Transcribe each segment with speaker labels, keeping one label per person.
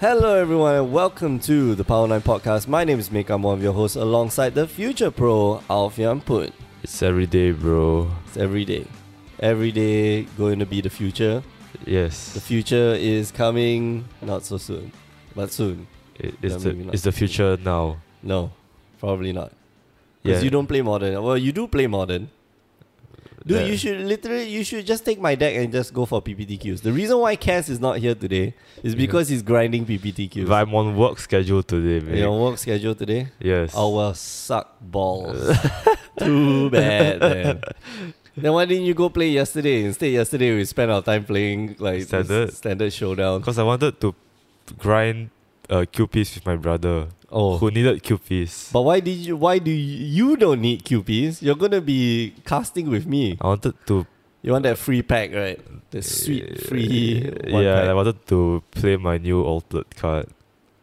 Speaker 1: Hello, everyone, and welcome to the Power 9 podcast. My name is Mick. I'm one of your hosts alongside the future pro, Alfian Put.
Speaker 2: It's every day, bro.
Speaker 1: It's every day. Every day going to be the future.
Speaker 2: Yes.
Speaker 1: The future is coming not so soon, but soon.
Speaker 2: It- it's,
Speaker 1: Yeah,
Speaker 2: the,
Speaker 1: maybe not.
Speaker 2: it's the future now.
Speaker 1: No, probably not. Because
Speaker 2: Yeah.
Speaker 1: you don't play modern. Well, you do play modern. Dude,
Speaker 2: That-
Speaker 1: you should literally you should just take my deck and just go for PPTQs. The reason why Cass is not here today is
Speaker 2: Yeah.
Speaker 1: because he's grinding PPTQs.
Speaker 2: But I'm on work schedule today, man.
Speaker 1: Your work schedule today?
Speaker 2: Yes.
Speaker 1: Oh well, suck balls. Too bad. Man. Then why didn't you go play yesterday? Instead, yesterday we spent our time playing like this
Speaker 2: Standard.
Speaker 1: standard showdown.
Speaker 2: Because I wanted to grind uh, QPs with my brother
Speaker 1: Oh,
Speaker 2: who needed QPs.
Speaker 1: but why did you? Why do you, you don't need QPs? You're gonna be casting with me.
Speaker 2: I wanted to. eh,
Speaker 1: You want that free pack, right? The sweet free. One
Speaker 2: yeah, I
Speaker 1: Pack.
Speaker 2: wanted to play my new altered card.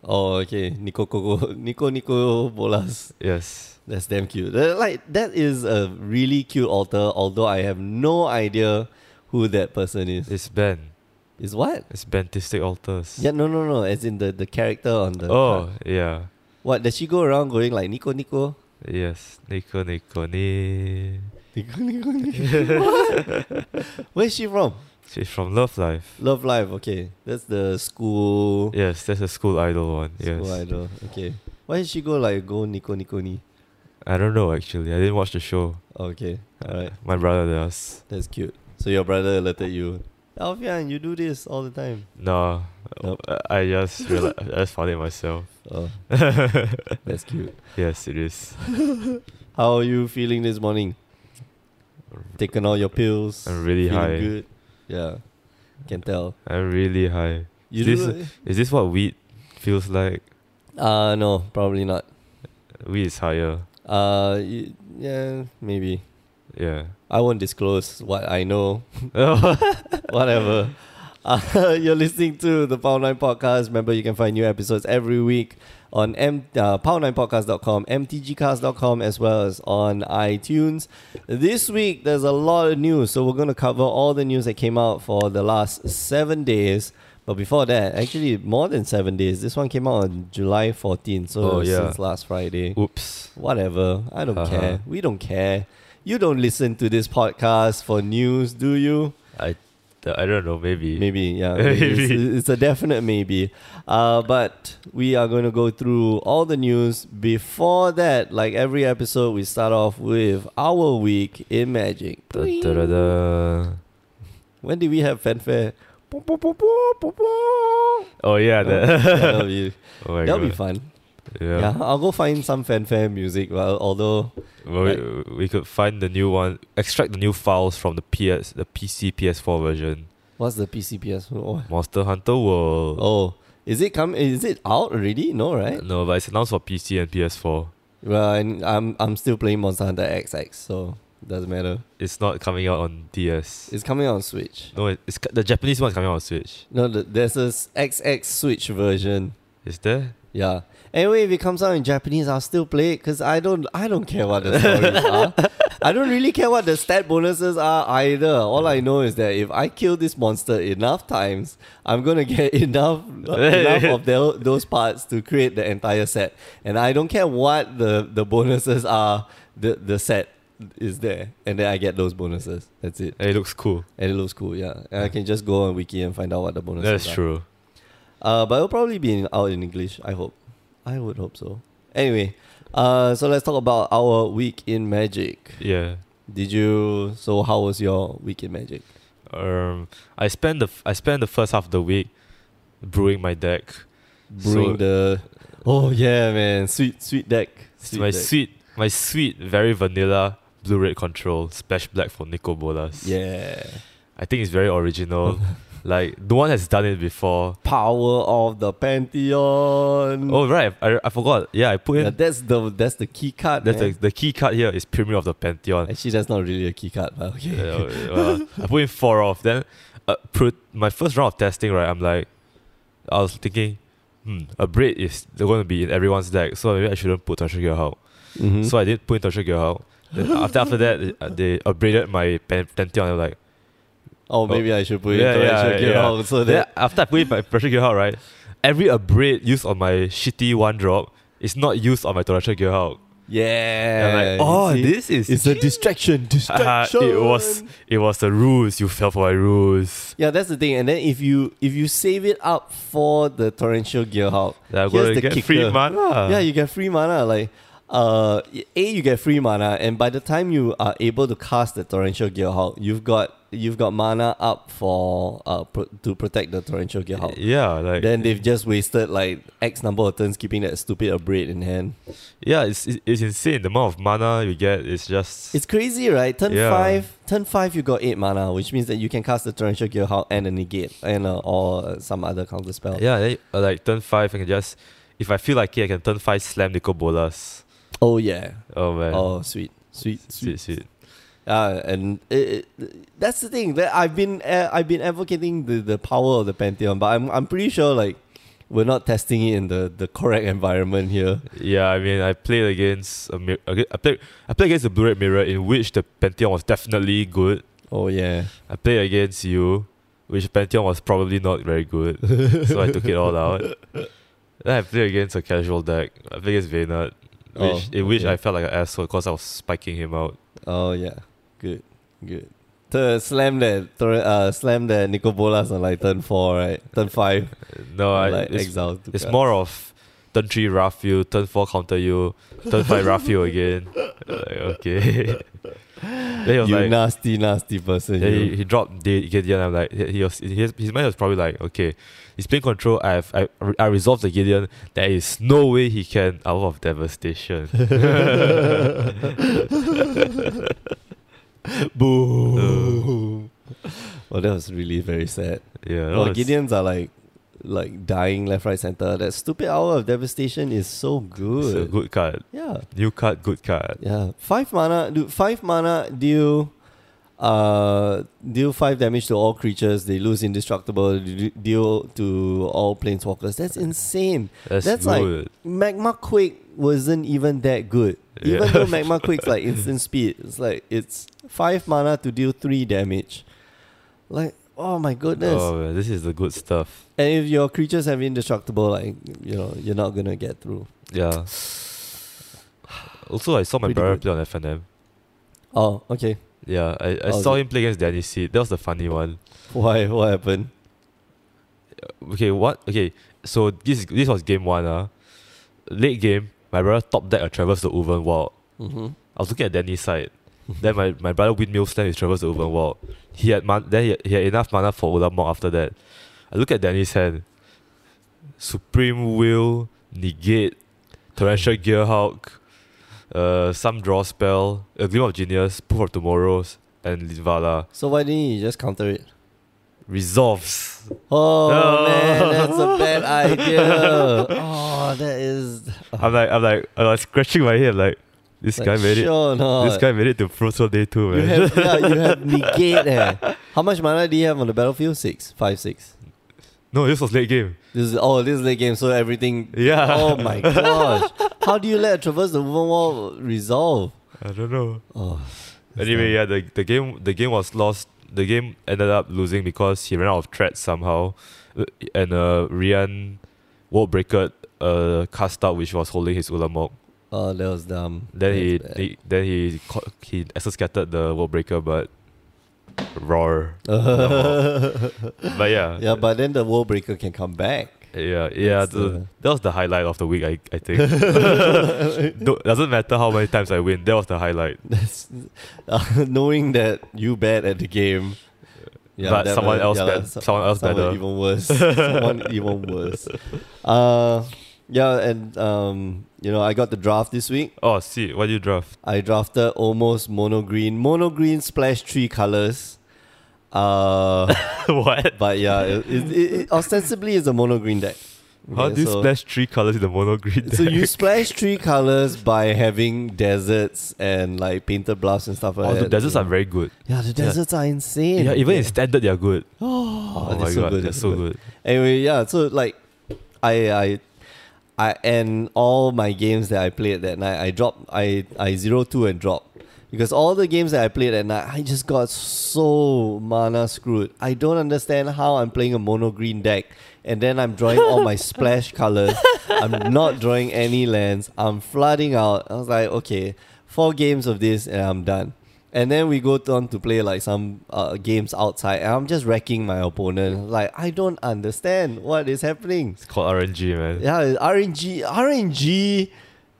Speaker 1: Oh, okay. Nico Coco, Nico Nico Bolas.
Speaker 2: Yes.
Speaker 1: That's damn cute. That- Like that is a really cute altar. Although I have no idea who that person is.
Speaker 2: It's Ben.
Speaker 1: Is what?
Speaker 2: It's Bentistic altars.
Speaker 1: Yeah, no, no, no. As in the, the character on the.
Speaker 2: Oh,
Speaker 1: card.
Speaker 2: yeah.
Speaker 1: What? Does she go around going like Nico Nico?
Speaker 2: Yes. Nico, Nico, ni.
Speaker 1: Nico Nico Nico. what? Where's she from?
Speaker 2: She's from Love Life.
Speaker 1: Love Live. Okay, that's the school.
Speaker 2: Yes, that's a school idol one. Yes.
Speaker 1: School idol. Okay. Why did she go like go Nico Nico ni?
Speaker 2: I don't know actually. I didn't watch the show.
Speaker 1: Okay. All right.
Speaker 2: My brother does.
Speaker 1: That's cute. So your brother alerted you. Alfian, you do this all the time.
Speaker 2: No,
Speaker 1: Nope.
Speaker 2: I- I just reali I just found it myself.
Speaker 1: Oh, that's cute.
Speaker 2: Yes, it is.
Speaker 1: How are you feeling this morning? Taking all your pills.
Speaker 2: I'm really
Speaker 1: feeling
Speaker 2: high.
Speaker 1: Good. Yeah. Can tell.
Speaker 2: I'm really high.
Speaker 1: You
Speaker 2: This-
Speaker 1: do.
Speaker 2: Is this what weed feels like?
Speaker 1: Uh no, probably not.
Speaker 2: Weed is higher.
Speaker 1: Uh y- yeah, maybe.
Speaker 2: Yeah.
Speaker 1: I won't disclose what I know.
Speaker 2: Oh,
Speaker 1: Whatever. Uh, you're listening to the Power 9 Podcast. Remember, you can find new episodes every week on M- uh, power9podcast.com, mtgcast.com, as well as on iTunes. This week, there's a lot of news, so we're going to cover all the news that came out for the last seven days. But before that, actually, more than seven days. This one came out on July 14th, so
Speaker 2: Oh, yeah.
Speaker 1: since last Friday.
Speaker 2: oops.
Speaker 1: Whatever. I don't
Speaker 2: Uh-huh.
Speaker 1: care. We don't care. You don't listen to this podcast for news, do you?
Speaker 2: I, I don't know. Maybe.
Speaker 1: Maybe, yeah. Maybe. It's,
Speaker 2: Maybe.
Speaker 1: it's a definite maybe. Uh, but we are going to go through all the news. Before that, like every episode, we start off with our week in magic.
Speaker 2: Da, da, da, da.
Speaker 1: When did we have fanfare? Boom, boom, boom, boom, boom, boom.
Speaker 2: Oh yeah.
Speaker 1: Oh,
Speaker 2: That.
Speaker 1: that'll be,
Speaker 2: oh my
Speaker 1: that'll be
Speaker 2: God.
Speaker 1: fun.
Speaker 2: Yeah.
Speaker 1: Yeah. I'll go find some fanfare music. Well, although
Speaker 2: Well, we, we could find the new one. Extract the new files from the PS, the PC, PS4 version.
Speaker 1: what's the PCPS? Oh,
Speaker 2: Monster Hunter World.
Speaker 1: Oh, eh? is it come? Is it out already? No, right?
Speaker 2: No, but it's announced for PC and PS4.
Speaker 1: Well, and I'm I'm still playing Monster Hunter XX, so doesn't matter.
Speaker 2: It's not coming out on DS.
Speaker 1: It's coming out on Switch.
Speaker 2: no, it- it's ca- the Japanese one is coming out on Switch.
Speaker 1: No, the, there's a s- XX Switch version.
Speaker 2: Is there?
Speaker 1: Yeah. Anyway, if it comes out in Japanese, I'll still play it because I don't I don't care what the stories are. I don't really care what the stat bonuses are either. All I know is that if I kill this monster enough times, I'm gonna get enough enough of tho- those parts to create the entire set. And I don't care what the, the bonuses are, the the set is there. And then I get those bonuses. That's it.
Speaker 2: And it looks cool.
Speaker 1: And it looks cool, yeah. And I can just go on wiki and find out what the bonuses
Speaker 2: That's
Speaker 1: are.
Speaker 2: true.
Speaker 1: Uh, but it'll probably be in, out in English. I hope. I would hope so. Anyway, uh, so let's talk about our week in magic.
Speaker 2: Yeah.
Speaker 1: Did you? So how was your week in magic?
Speaker 2: Um, I spent the f- I spent the first half of the week brewing my deck.
Speaker 1: Brewing
Speaker 2: So-
Speaker 1: the. Oh yeah, man! Sweet, sweet deck.
Speaker 2: It's my
Speaker 1: deck.
Speaker 2: sweet, my sweet, very vanilla blue red control splash black for Nico Bolas.
Speaker 1: Yeah.
Speaker 2: I think it's very original. like no one has done it before.
Speaker 1: Power of the pantheon.
Speaker 2: Oh right, I, I forgot. Yeah, I put in.
Speaker 1: yeah, that's the that's the key card.
Speaker 2: that's the,
Speaker 1: man.
Speaker 2: the key card here is Premier of the Pantheon.
Speaker 1: Actually, that's not really a key card, but okay.
Speaker 2: Uh, well, I put in four off. Then, uh, pro- my first round of testing, right? I'm like, I was thinking, hmm, a braid is going to be in everyone's deck, so maybe I shouldn't put Torture Gear out.
Speaker 1: Mhm.
Speaker 2: So I did put in Torture Gear out. Then after after that, uh, they upgraded my pen- Pantheon. I'm like,
Speaker 1: oh, maybe I should put it.
Speaker 2: Yeah, yeah,
Speaker 1: yeah,
Speaker 2: yeah.
Speaker 1: So
Speaker 2: then
Speaker 1: that
Speaker 2: after I put in my Torture Gear out, right? every abrade used on my shitty one drop is not used on my Torasha Gearhawk. And I'm
Speaker 1: Yeah.
Speaker 2: like, oh,
Speaker 1: you see?
Speaker 2: this is
Speaker 1: It's a distraction.
Speaker 2: Ah,
Speaker 1: Distraction.
Speaker 2: it was it was the rules. You fell for my rules.
Speaker 1: Yeah, that's the thing. And then if you if you save it up for the torrential gearhawk,
Speaker 2: That I'm
Speaker 1: Here's
Speaker 2: gonna
Speaker 1: the
Speaker 2: get free
Speaker 1: kicker.
Speaker 2: mana.
Speaker 1: yeah, you get free mana. Like, uh, a you get free mana, and by the time you are able to cast the torrential gearhawk, you've got you've got mana up for uh pro- to protect the torrential gearhawk.
Speaker 2: Oh, yeah, like
Speaker 1: Then they've just wasted like X number of turns keeping that stupid abrade in hand.
Speaker 2: yeah, it's it's it's insane. The amount of mana you get is just
Speaker 1: It's crazy, right? Turn
Speaker 2: Yeah.
Speaker 1: five, turn five, you got eight mana, which means that you can cast the torrential gearhawk and a negate and uh, or some other counter spell.
Speaker 2: yeah. They, uh, like turn five, I can just if I feel like it, I can turn five slam Nico Bolas.
Speaker 1: Oh yeah.
Speaker 2: Oh man,
Speaker 1: Oh sweet, sweet,
Speaker 2: sweet sweet.
Speaker 1: Uh, and it, it, that's the thing that I've been uh, I've been advocating the, the power of the pantheon, but I'm I'm pretty sure like we're not testing it in the, the correct environment here.
Speaker 2: Yeah, I mean, I played against a mir- aga- I played I played against the blue red mirror in which the Pantheon was definitely good.
Speaker 1: Oh yeah,
Speaker 2: I played against you, which Pantheon was probably not very good, so I took it all out. Then I played against a casual deck. I played against Vayner, which
Speaker 1: Oh,
Speaker 2: in which
Speaker 1: okay.
Speaker 2: I felt like an asshole because I was spiking him out.
Speaker 1: oh yeah, good, good. To slam that, to, uh, slam that Nico Bolas on like turn four, right? Turn five,
Speaker 2: No, I,
Speaker 1: like
Speaker 2: it's,
Speaker 1: exile. to
Speaker 2: it's
Speaker 1: card.
Speaker 2: more of turn three rough you, turn four counter you, turn five rough you again. Like, okay. then he was
Speaker 1: you
Speaker 2: like,
Speaker 1: nasty, nasty person.
Speaker 2: Yeah,
Speaker 1: you.
Speaker 2: he, he dropped the Gideon. I'm like, he he was his, his mind was probably like, okay, he's playing control. I've I, I resolved the Gideon. There is no way he can out of devastation.
Speaker 1: Boo. Well, that was really very sad.
Speaker 2: yeah, Oh. that
Speaker 1: Well,
Speaker 2: was-
Speaker 1: Gideons are like like dying left, right, center. That stupid hour of devastation is so
Speaker 2: it's
Speaker 1: good.
Speaker 2: a good card.
Speaker 1: Yeah.
Speaker 2: New card, good card.
Speaker 1: Yeah. Five mana do five mana deal uh deal five damage to all creatures, they lose indestructible, de- deal to all planeswalkers. That's insane.
Speaker 2: That's,
Speaker 1: That's like-
Speaker 2: good.
Speaker 1: Magma Quake wasn't even that good. Even
Speaker 2: Yeah.
Speaker 1: though Magma Quake's like instant speed, it's like it's five mana to deal three damage. Like, oh my goodness.
Speaker 2: oh, man, this is the good stuff.
Speaker 1: And if your creatures have indestructible, like you know, you're not gonna get through.
Speaker 2: Yeah. Also, I saw my
Speaker 1: Pretty
Speaker 2: brother
Speaker 1: good.
Speaker 2: play on FNM.
Speaker 1: Oh, okay.
Speaker 2: Yeah, I, I
Speaker 1: How's
Speaker 2: saw
Speaker 1: it?
Speaker 2: him play against Danny Seed. That was the funny one.
Speaker 1: Why? What happened?
Speaker 2: okay, what? Okay, so this is- this was game one. Uh. Late game, my brother top deck a Traverse the Oven Wall.
Speaker 1: Mm-hmm.
Speaker 2: I was looking at Danny's side. then my, my brother windmill slam his Traverse the Oven Wall. He had man- then he had, he had enough mana for Ulamog after that. I look at Danny's hand. Supreme Will, Negate, Torrential Gearhawk, uh, some draw spell, A Gleam of Genius, Proof of Tomorrows, and Lidvala.
Speaker 1: So why didn't you just counter it?
Speaker 2: Resolves.
Speaker 1: Oh
Speaker 2: No.
Speaker 1: man, that's a bad idea. oh, that is
Speaker 2: I'm like, I'm like, I was scratching my head, like, this
Speaker 1: like,
Speaker 2: guy made it.
Speaker 1: sure not.
Speaker 2: This guy made it to Pro Tour Day 2,
Speaker 1: you
Speaker 2: man.
Speaker 1: have yeah, you have negate. Eh. How much mana do you have on the battlefield? Six, five, six.
Speaker 2: no, this was late game.
Speaker 1: This is oh, this is late game, so everything.
Speaker 2: Yeah.
Speaker 1: Oh my gosh! How do you let traverse the woven wall resolve?
Speaker 2: I don't know.
Speaker 1: Oh,
Speaker 2: Anyway, yeah, the, the game the game was lost. The game ended up losing because he ran out of threats somehow. Uh, And uh, Rian World Breaker uh, cast out, which was holding his Ulamog.
Speaker 1: oh, that was dumb.
Speaker 2: Then
Speaker 1: That's
Speaker 2: he,
Speaker 1: bad.
Speaker 2: he then he co- he Esser scattered the World Breaker, but roar. but yeah,
Speaker 1: Yeah, but then the wall breaker can come back.
Speaker 2: Yeah, yeah.
Speaker 1: That's
Speaker 2: the-
Speaker 1: the-
Speaker 2: that was the highlight of the week, I, I think. do doesn't matter how many times I win, that was the highlight.
Speaker 1: That's uh, knowing that you bad at the game.
Speaker 2: But
Speaker 1: that
Speaker 2: someone
Speaker 1: was-
Speaker 2: else
Speaker 1: yeah,
Speaker 2: bad- someone else better.
Speaker 1: Even worse. someone even worse. Uh, yeah, and um, you know, I got the draft this week.
Speaker 2: Oh, see, what do you draft?
Speaker 1: I drafted almost mono green, mono green splash three colors. Uh,
Speaker 2: what?
Speaker 1: but yeah, it, it, it, it ostensibly is a mono green deck.
Speaker 2: How
Speaker 1: Okay,
Speaker 2: do you
Speaker 1: so-
Speaker 2: splash three colors in the mono green?
Speaker 1: So you
Speaker 2: deck?
Speaker 1: splash three colors by having deserts and like painted bluffs and stuff like
Speaker 2: Oh,
Speaker 1: that.
Speaker 2: the deserts
Speaker 1: yeah.
Speaker 2: are very good.
Speaker 1: Yeah, the deserts are insane.
Speaker 2: Yeah, even in standard, they are good.
Speaker 1: oh,
Speaker 2: Oh,
Speaker 1: they're
Speaker 2: my
Speaker 1: so
Speaker 2: god,
Speaker 1: good.
Speaker 2: they're so good.
Speaker 1: Anyway, yeah. So like, I I. I and all my games that I played that night, I dropped I I zero two and drop Because all the games that I played at night, I just got so mana screwed. I don't understand how I'm playing a mono green deck and then I'm drawing all my splash colors. I'm not drawing any lands. I'm flooding out. I was like, okay, four games of this and I'm done. And then we go on to play like some uh, games outside and I'm just wrecking my opponent. Like, I don't understand what is happening.
Speaker 2: It's called RNG, man.
Speaker 1: Yeah, RNG RNG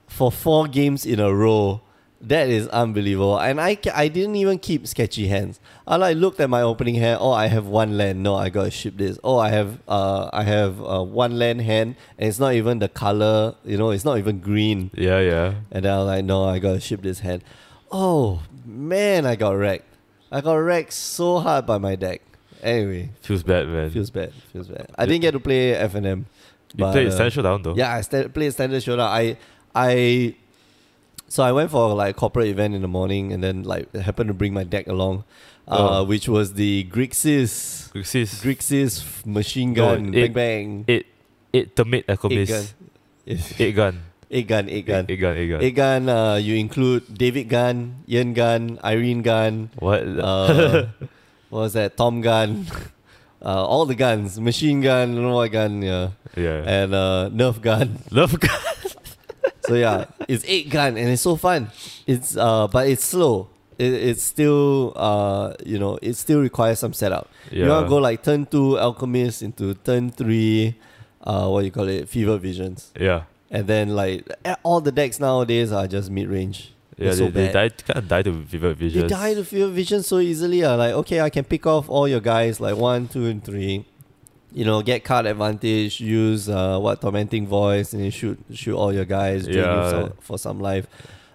Speaker 1: for four games in a row. That is unbelievable. And I, ca- I didn't even keep sketchy hands. I like looked at my opening hand. Oh, I have one land. No, I gotta ship this. Oh, I have uh I have uh, one land hand, and it's not even the color. You know, it's not even green.
Speaker 2: Yeah, yeah.
Speaker 1: And then I was like, no, I gotta ship this hand. Oh man, I got wrecked. I got wrecked so hard by my deck. Anyway,
Speaker 2: Feels bad, man.
Speaker 1: feels bad. Feels bad. I didn't get to play F and M. uh,
Speaker 2: you played Essential Down though.
Speaker 1: Yeah, I sta- played standard showdown. I, I, so I went for like corporate event in the morning, and then like happened to bring my deck along, uh,
Speaker 2: Oh.
Speaker 1: which was the Grixis,
Speaker 2: Grixis.
Speaker 1: Grixis f- machine
Speaker 2: No,
Speaker 1: gun, bang
Speaker 2: it-
Speaker 1: bang,
Speaker 2: Eight, eight Termite Echo
Speaker 1: eight gun,
Speaker 2: Base. Eight gun.
Speaker 1: eight gun, eight gun,
Speaker 2: Eight gun. Eight gun.
Speaker 1: eight gun. Uh, you include David Gun, Ian Gun, Irene Gun,
Speaker 2: What?
Speaker 1: uh, what was that? Tom Gun. Uh, all the guns, machine gun, don't know what gun, yeah,
Speaker 2: yeah.
Speaker 1: and uh, Nerf gun.
Speaker 2: Love gun.
Speaker 1: So yeah, it's eight gun and it's so fun. It's uh, but it's slow. It, it's still uh, you know, it still requires some setup. You want
Speaker 2: Yeah.
Speaker 1: to go like turn two alchemist into turn three, uh, what you call it, fever visions,
Speaker 2: Yeah.
Speaker 1: and then like eh, all the decks nowadays are just mid range.
Speaker 2: Yeah,
Speaker 1: so
Speaker 2: they, they
Speaker 1: bad.
Speaker 2: died, kind of died to Vivid
Speaker 1: They
Speaker 2: Visions.
Speaker 1: die to fever vision so easily. Uh, like okay, I can pick off all your guys like one, two, and three. You know, get card advantage. Use uh, what tormenting voice, and you shoot shoot all your guys. Drain
Speaker 2: Yeah.
Speaker 1: you so, for some life.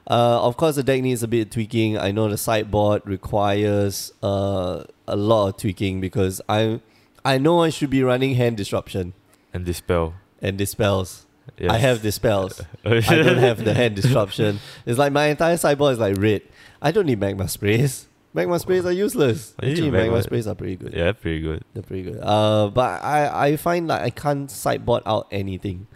Speaker 1: Uh, of course, the deck needs a bit of tweaking. I know the sideboard requires uh, a lot of tweaking because I I know I should be running hand disruption
Speaker 2: and Dispel.
Speaker 1: and dispels.
Speaker 2: Yes.
Speaker 1: I have dispels. I don't have the hand disruption. It's like my entire sideboard is like red. I don't need magma sprays. Magma sprays are useless.
Speaker 2: I need
Speaker 1: Actually, magma,
Speaker 2: magma-
Speaker 1: sprays are pretty good.
Speaker 2: yeah, pretty good.
Speaker 1: They're pretty good. Uh, but I, I find like I can't sideboard out anything.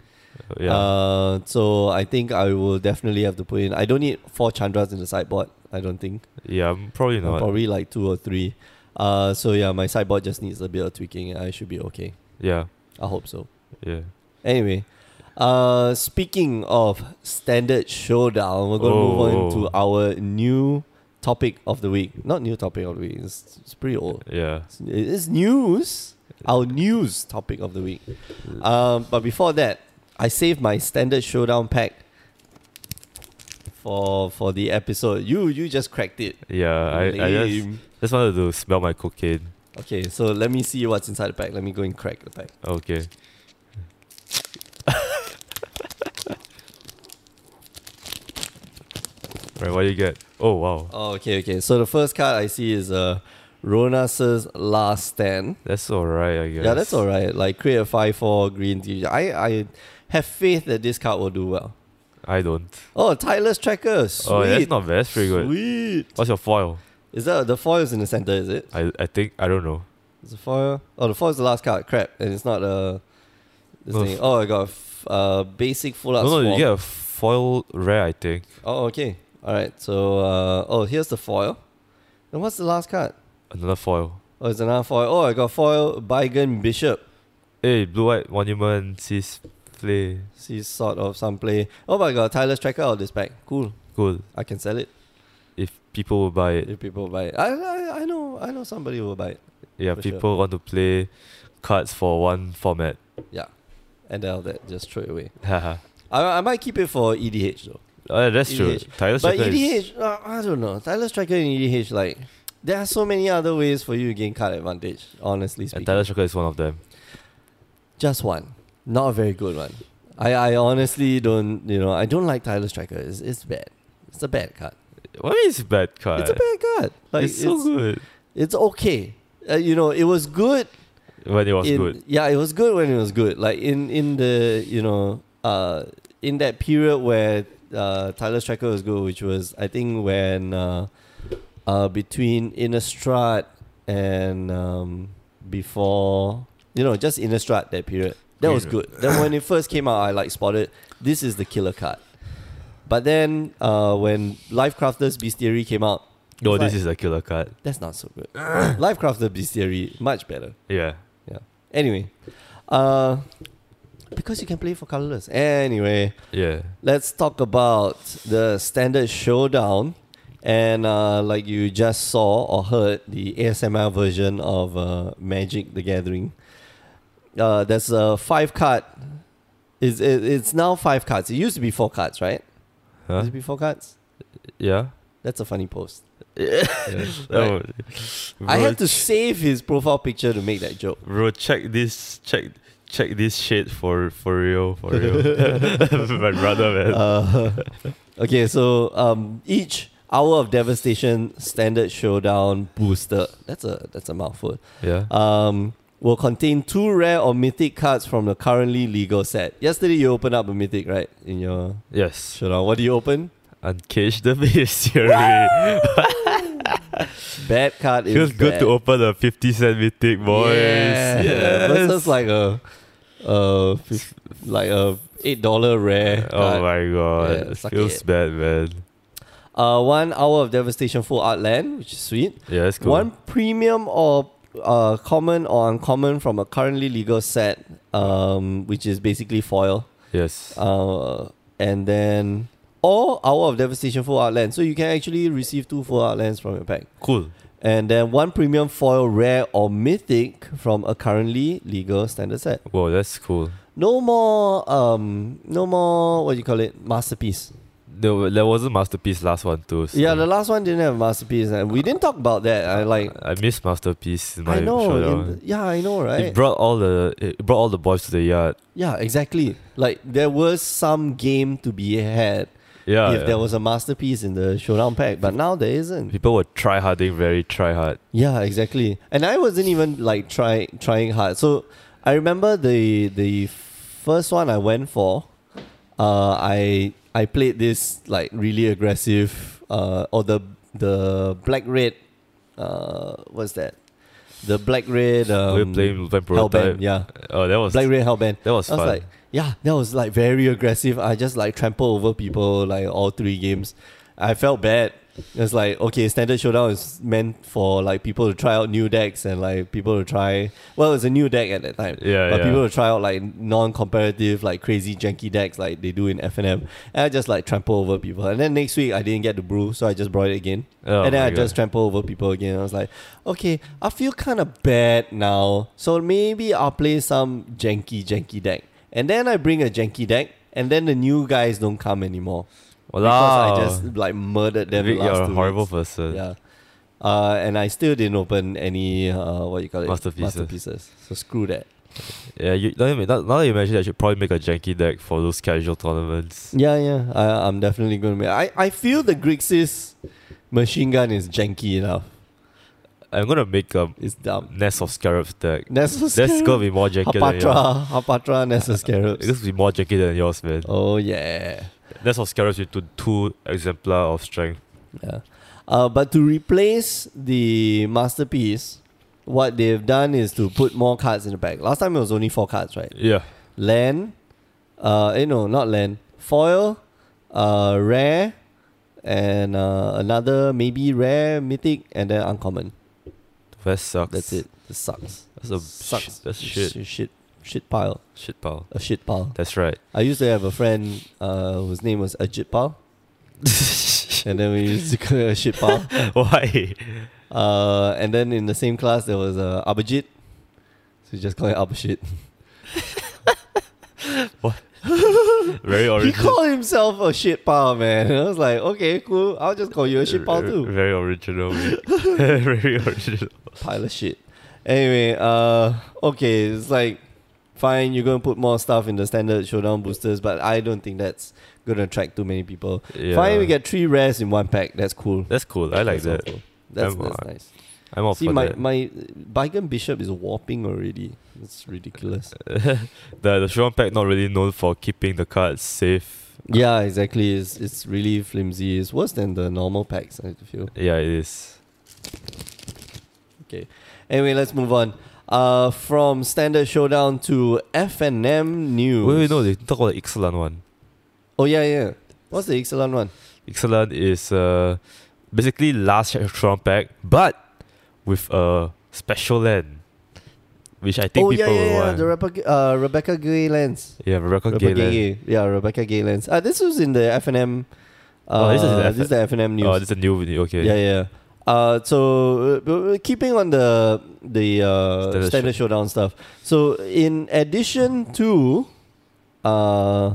Speaker 2: Yeah.
Speaker 1: Uh, so I think I will definitely have to put in. I don't need four Chandras in the sideboard. I don't think.
Speaker 2: yeah, I'm probably not.
Speaker 1: Probably like two or three. Uh, so yeah, my sideboard just needs a bit of tweaking. and I should be okay.
Speaker 2: yeah.
Speaker 1: I hope so.
Speaker 2: Yeah.
Speaker 1: Anyway, uh, speaking of standard showdown, we're gonna move on
Speaker 2: Oh.
Speaker 1: to our new topic of the week. Not new topic of the week. It's, it's pretty old.
Speaker 2: Yeah.
Speaker 1: It's, it's news. Our news topic of the week. Um, but before that, I saved my standard showdown pack for for the episode. You you just cracked it.
Speaker 2: Yeah. I, I just,
Speaker 1: Lame.
Speaker 2: just wanted to smell my cocaine.
Speaker 1: okay. So let me see what's inside the pack. Let me go and crack the pack.
Speaker 2: Okay. right, what do you get? Oh, wow.
Speaker 1: Oh, okay, okay. So the first card I see is uh, Ronas's Last Stand.
Speaker 2: That's alright, I guess.
Speaker 1: Yeah, that's alright. Like create a five four green tea. I I have faith that this card will do well.
Speaker 2: I don't.
Speaker 1: Oh, Tyler's Tracker. Sweet.
Speaker 2: Oh, that's not bad. That's pretty good.
Speaker 1: Sweet.
Speaker 2: What's your foil?
Speaker 1: Is that the foil is in the center? Is it?
Speaker 2: I, I think, I don't know.
Speaker 1: Is the foil? Oh, the foil is the last card. Crap, and it's not uh, this
Speaker 2: No,
Speaker 1: thing. Oh, I got a f- uh basic full out.
Speaker 2: no, no, you
Speaker 1: swamp.
Speaker 2: get a foil rare, I think.
Speaker 1: Oh, okay. All right. So uh, oh, here's the foil. And what's the last card?
Speaker 2: Another foil.
Speaker 1: Oh, it's another foil. Oh, I got foil Bygon Bishop.
Speaker 2: Hey, Blue White Monument, sees play.
Speaker 1: She's sort of some play. Oh my god, Tyler's tracker out of this pack. Cool.
Speaker 2: Good.
Speaker 1: I can sell it
Speaker 2: If people will buy it.
Speaker 1: if people buy it. I, I, I know I know somebody will buy it.
Speaker 2: Yeah,
Speaker 1: for sure.
Speaker 2: people want to play cards for one format.
Speaker 1: Yeah. And then all that just throw it away.
Speaker 2: Haha.
Speaker 1: I, I might keep it for EDH though.
Speaker 2: uh, that's true.
Speaker 1: EDH.
Speaker 2: Tyler
Speaker 1: but
Speaker 2: Stricker is-
Speaker 1: EDH, uh, I don't know. Tyler's tracker in EDH, like, there are so many other ways for you to gain card advantage, honestly
Speaker 2: and
Speaker 1: speaking.
Speaker 2: Tyler Stricker is one of them.
Speaker 1: just one. Not a very good one. I, I honestly don't, you know, I don't like Tyler's tracker. It's, it's bad. It's a bad card.
Speaker 2: What is bad card?
Speaker 1: It's a bad card. Like,
Speaker 2: It's so good.
Speaker 1: it's okay. Uh, you know, it was good.
Speaker 2: When it was
Speaker 1: in-
Speaker 2: good.
Speaker 1: Yeah, it was good when it was good. Like in in the you know uh in that period where uh Tyler Striker was good, which was I think when uh uh between Innistrad and um before you know just Innistrad that period. That was
Speaker 2: Yeah.
Speaker 1: good. then when it first came out, I like spotted this is the killer card. But then uh, when Lifecrafters Beast Theory came out,
Speaker 2: No,
Speaker 1: it's
Speaker 2: Oh, this
Speaker 1: like,
Speaker 2: is a killer card.
Speaker 1: that's not so good. Lifecrafters Beast Theory much better.
Speaker 2: Yeah.
Speaker 1: Anyway, uh, because you can play for colorless. Anyway,
Speaker 2: Yeah.
Speaker 1: let's talk about the standard showdown. And uh, like you just saw or heard, the ASMR version of uh, Magic the Gathering. Uh, there's a five card. It's, it, it's now five cards. It used to be four cards, right?
Speaker 2: Huh?
Speaker 1: Used to be four cards?
Speaker 2: Yeah.
Speaker 1: That's a funny post.
Speaker 2: Oh,
Speaker 1: I
Speaker 2: bro,
Speaker 1: had to save his profile picture to make that joke.
Speaker 2: Bro, check this. Check check this shit for for real. For real. My brother, man.
Speaker 1: Uh, okay, so um, each hour of devastation standard showdown booster. That's a that's a mouthful.
Speaker 2: yeah.
Speaker 1: Um, will contain two rare or mythic cards from the currently legal set. Yesterday you opened up a mythic, right? In your
Speaker 2: yes.
Speaker 1: showdown, what do you open?
Speaker 2: Uncage the beast theory.
Speaker 1: Bad card is
Speaker 2: Feels good
Speaker 1: bad.
Speaker 2: to open a 50 cent mythic, boys.
Speaker 1: Yeah.
Speaker 2: Yes.
Speaker 1: Versus like a, uh, like a eight dollar rare.
Speaker 2: Oh
Speaker 1: card.
Speaker 2: my
Speaker 1: Yeah,
Speaker 2: god.
Speaker 1: suck
Speaker 2: Feels
Speaker 1: it.
Speaker 2: bad, man.
Speaker 1: Uh, one hour of devastation full art land, which is sweet.
Speaker 2: Yeah, that's cool.
Speaker 1: One premium or uh, common or uncommon from a currently legal set, um, which is basically foil.
Speaker 2: yes.
Speaker 1: Uh, and then all Hour of Devastation full art lands. So you can actually receive two full art lands from your pack.
Speaker 2: cool.
Speaker 1: And then one premium foil rare or mythic from a currently legal standard set.
Speaker 2: Whoa, that's cool.
Speaker 1: No more um no more what do you call it? Masterpiece.
Speaker 2: There, there wasn't masterpiece last one too. so-
Speaker 1: Yeah, the last one didn't have masterpiece and we didn't talk about that. I like
Speaker 2: I miss masterpiece. In my
Speaker 1: I know.
Speaker 2: showdown.
Speaker 1: in- yeah, I know, right?
Speaker 2: It brought all the it brought all the boys to the yard.
Speaker 1: Yeah, exactly. Like there was some game to be had
Speaker 2: Yeah,
Speaker 1: if
Speaker 2: yeah.
Speaker 1: there was a masterpiece in the showdown pack, but now there isn't.
Speaker 2: people were try harding very try hard.
Speaker 1: Yeah, exactly. And I wasn't even like try trying hard. So I remember the the first one I went for. Uh, I I played this like really aggressive. Uh, or the the black red. Uh, what's that? The black red. Um,
Speaker 2: we were playing Vampire
Speaker 1: Hellbent.
Speaker 2: Prototype.
Speaker 1: Yeah,
Speaker 2: Oh, that was
Speaker 1: black red hellbent.
Speaker 2: that was
Speaker 1: I was
Speaker 2: fun.
Speaker 1: like, yeah, that was like very aggressive. I just like trample over people like all three games. I felt bad. It's like okay, standard showdown is meant for like people to try out new decks and like people to try. Well, it's a new deck at that time,
Speaker 2: yeah,
Speaker 1: but
Speaker 2: yeah.
Speaker 1: people to try out like non-competitive, like crazy janky decks like they do in FNM. And I just like trample over people. And then next week I didn't get the brew, so I just brought it again.
Speaker 2: Oh
Speaker 1: and then
Speaker 2: my
Speaker 1: I
Speaker 2: God.
Speaker 1: just trample over people again. I was like, okay, I feel kind of bad now. So maybe I'll play some janky, janky deck. And then I bring a janky deck, and then the new guys don't come anymore. Because I
Speaker 2: Walao.
Speaker 1: just like murdered them. the
Speaker 2: Vic,
Speaker 1: last
Speaker 2: you're a
Speaker 1: two
Speaker 2: horrible
Speaker 1: weeks.
Speaker 2: person.
Speaker 1: Yeah. Uh, and I still didn't open any, uh, what you call it?
Speaker 2: Masterpieces.
Speaker 1: Masterpieces. So screw that.
Speaker 2: Yeah, you, now, you, now now that you mentioned, I should probably make a janky deck for those casual tournaments.
Speaker 1: Yeah, yeah. I, I'm definitely going to make I, I feel the Grixis machine gun is janky enough.
Speaker 2: I'm gonna make a
Speaker 1: It's dumb.
Speaker 2: nest of scarabs deck.
Speaker 1: That's so
Speaker 2: That's
Speaker 1: scary.
Speaker 2: gonna be more janky than yours.
Speaker 1: Hapatra, Hapatra, Nessus
Speaker 2: It's
Speaker 1: Scarabs.
Speaker 2: gonna be more janky than yours, man.
Speaker 1: Oh yeah,
Speaker 2: Nest of scarabs into two exemplar of strength.
Speaker 1: yeah. Uh, but to replace the masterpiece, what they've done is to put more cards in the pack. Last time it was only four cards, right?
Speaker 2: Yeah,
Speaker 1: Land, uh, eh, no, not land. Foil, uh, rare, and uh, another maybe rare, mythic, and then uncommon.
Speaker 2: that sucks.
Speaker 1: That's it. It sucks.
Speaker 2: That's a
Speaker 1: sucks.
Speaker 2: Sh- that's
Speaker 1: Sh-
Speaker 2: shit.
Speaker 1: Shit, shit pile.
Speaker 2: Shit pile.
Speaker 1: A shit pile.
Speaker 2: That's right.
Speaker 1: I used to have a friend uh, whose name was Ajit Pal, and then we used to call her Ajit Pal.
Speaker 2: Why?
Speaker 1: Uh, and then in the same class, there was uh, Abhijit. So we just call him Abhijit.
Speaker 2: Very
Speaker 1: He
Speaker 2: original.
Speaker 1: called himself a shit pal, man. I was like, okay, cool. I'll just call you a shit pal too.
Speaker 2: Very original. Vic. Very original.
Speaker 1: Pile of shit. Anyway, uh, okay, it's like, fine, you're going to put more stuff in the standard showdown boosters, but I don't think that's going to attract too many people.
Speaker 2: Yeah.
Speaker 1: Fine, we get three rares in one pack. That's cool.
Speaker 2: That's cool. I like
Speaker 1: That's
Speaker 2: that.
Speaker 1: helpful. That's,
Speaker 2: I'm
Speaker 1: that's
Speaker 2: all-
Speaker 1: nice.
Speaker 2: I'm all
Speaker 1: See,
Speaker 2: for
Speaker 1: my,
Speaker 2: that.
Speaker 1: my Bygum Bishop is warping already. It's ridiculous.
Speaker 2: Uh, the the Shroom pack not really known for keeping the cards safe.
Speaker 1: Yeah, exactly. It's, it's really flimsy. It's worse than the normal packs, I feel.
Speaker 2: Yeah, it is.
Speaker 1: Okay. Anyway, let's move on. Uh, from Standard Showdown to FNM News.
Speaker 2: Wait, wait, no, they talk about the Ixalan one.
Speaker 1: Oh, yeah, yeah. What's the excellent one?
Speaker 2: Excellent is uh, basically last restaurant pack, but with a special land, which I think
Speaker 1: oh yeah,
Speaker 2: people
Speaker 1: yeah,
Speaker 2: will
Speaker 1: yeah.
Speaker 2: want.
Speaker 1: The Rebecca, uh, Rebecca Gay Lens.
Speaker 2: yeah, Rebecca
Speaker 1: Rebecca
Speaker 2: Gayland.
Speaker 1: Gay. Yeah, Rebecca Gay Lens. Uh, this was in the FNM. Uh,
Speaker 2: Oh, this is the
Speaker 1: this is the FNM news.
Speaker 2: Oh, this is a new video. Okay.
Speaker 1: Yeah, yeah. Uh, so uh, uh, keeping on the the uh,
Speaker 2: Standard
Speaker 1: standard, showdown stuff. So in addition to, uh,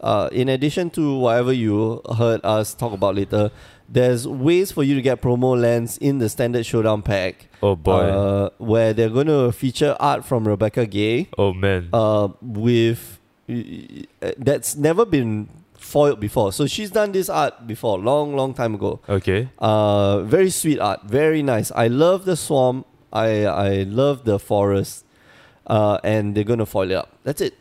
Speaker 1: uh, in addition to whatever you heard us talk about later, there's ways for you to get promo lands in the standard showdown pack.
Speaker 2: Oh boy.
Speaker 1: uh, where they're going to feature art from Rebecca Gay.
Speaker 2: oh man.
Speaker 1: Uh, with uh, that's never been foiled before. So she's done this art before, long, long time ago.
Speaker 2: okay.
Speaker 1: Uh, very sweet art, very nice. I love the swamp. I I love the forest. Uh, and they're gonna foil it up. That's it.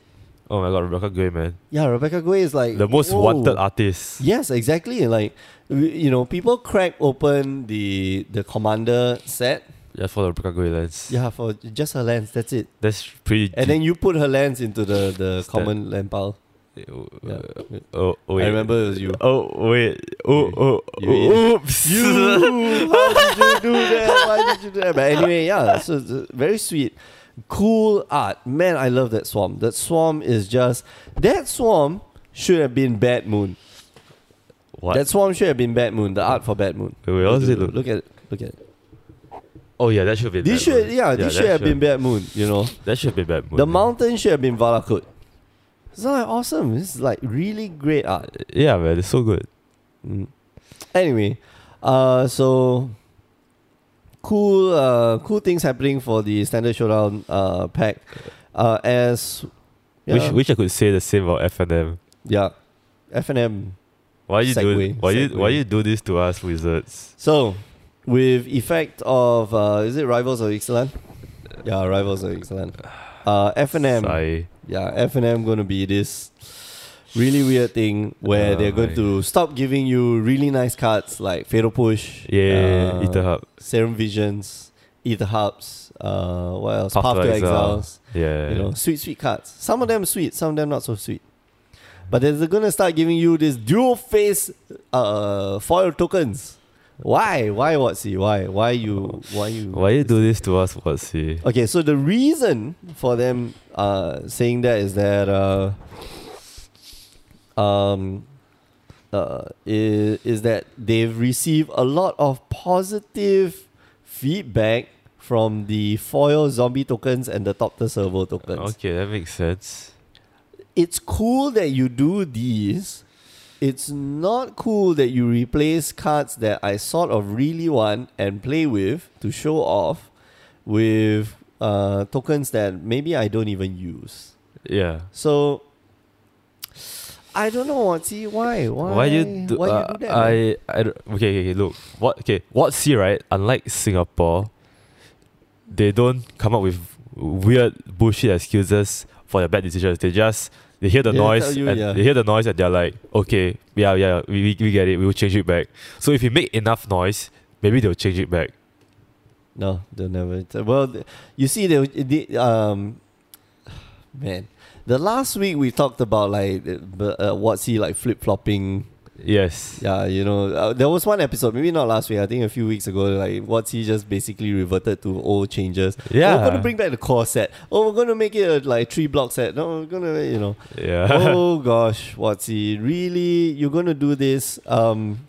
Speaker 2: Oh my god, Rebecca Gray, man,
Speaker 1: Yeah, Rebecca Gray is like
Speaker 2: the most
Speaker 1: whoa.
Speaker 2: wanted artist.
Speaker 1: Yes, exactly. Like w- you know, people crack open the the commander set.
Speaker 2: Just for the Rebecca Gray lens.
Speaker 1: Yeah, for just her lens. That's it.
Speaker 2: That's pretty.
Speaker 1: And then you put her lens into the the
Speaker 2: Stand.
Speaker 1: common land pile.
Speaker 2: deep.
Speaker 1: Yeah.
Speaker 2: Oh, oh, wait.
Speaker 1: I remember it was you.
Speaker 2: Oh wait. Oh, oh,
Speaker 1: You idiot.
Speaker 2: oops.
Speaker 1: You, how did you do that? Why did you do that? But anyway, yeah, so it's, uh, very sweet, cool art. Man, I love that swarm. That swarm is just that swarm should have been Bad Moon.
Speaker 2: what?
Speaker 1: That swarm should have been Bad Moon. The art for Bad Moon.
Speaker 2: Wait, wait, how does it look?
Speaker 1: at it. Look at it.
Speaker 2: Oh yeah, that should be.
Speaker 1: This should yeah, this
Speaker 2: that
Speaker 1: should have been Bad Moon. You know,
Speaker 2: That should be bad.
Speaker 1: the mountain should have been Valakut. It's not like awesome. This is like really great art.
Speaker 2: Yeah, man, it's so good.
Speaker 1: Mm. Anyway, uh, so cool, uh, cool things happening for the standard showdown uh, pack. Uh, as
Speaker 2: Wish, wish I could say the same about F and M.
Speaker 1: yeah, F and M.
Speaker 2: Why you do?
Speaker 1: Segway,
Speaker 2: Why you? Why
Speaker 1: segway.
Speaker 2: you do this to us, wizards?
Speaker 1: So with effect of uh, is it rivals of Ixalan? Yeah, rivals of Ixalan. Uh, F and M.
Speaker 2: Sigh.
Speaker 1: Yeah, F and M gonna be this really weird thing where
Speaker 2: Oh
Speaker 1: they're going
Speaker 2: my
Speaker 1: to stop giving you really nice cards like Fatal Push.
Speaker 2: Yeah,
Speaker 1: uh,
Speaker 2: Ether Hub.
Speaker 1: Serum Visions, Ether Hubs, uh, what else?
Speaker 2: Path
Speaker 1: Path,
Speaker 2: to
Speaker 1: to
Speaker 2: Exile.
Speaker 1: Exiles.
Speaker 2: Yeah.
Speaker 1: You know, sweet, sweet cards. Some of them sweet, some of them not so sweet. But they're gonna start giving you this dual face uh, foil tokens. Why? Why Watsy? Why? Why you? Why you?
Speaker 2: Why you do this to us, Watsy?
Speaker 1: Okay, so the reason for them uh, saying that is that uh, um, uh, is, is that they've received a lot of positive feedback from the foil zombie tokens and the Topter servo tokens.
Speaker 2: Okay, that makes sense.
Speaker 1: It's cool that you do these. It's not cool that you replace cards that I sort of really want and play with to show off with uh, tokens that maybe I don't even use.
Speaker 2: Yeah.
Speaker 1: So I don't know. See why? Why?
Speaker 2: Why you do,
Speaker 1: why
Speaker 2: uh,
Speaker 1: you do that? man?
Speaker 2: I, I don't- okay, okay, okay, look. What okay, what see right? Unlike Singapore, they don't come up with weird bullshit excuses for their bad decisions. They just they hear the
Speaker 1: They
Speaker 2: noise
Speaker 1: tell you,
Speaker 2: and
Speaker 1: yeah.
Speaker 2: they hear the noise and they're like, okay, yeah, yeah, we, we, we get it, we will change it back. So if you make enough noise, maybe they'll change it back.
Speaker 1: No, they'll never. t- Well, th- you see, they, they um, man, the last week we talked about like uh, b- uh, what's he like flip flopping.
Speaker 2: Yes.
Speaker 1: Yeah, you know, uh, there was one episode, maybe not last week. I think a few weeks ago. Like what's he just basically reverted to old changes.
Speaker 2: Yeah.
Speaker 1: oh, we're gonna bring back the core set. Oh, we're gonna make it a, like three block set. No, we're gonna you know.
Speaker 2: Yeah.
Speaker 1: oh gosh, what's he really? You're gonna do this? Um,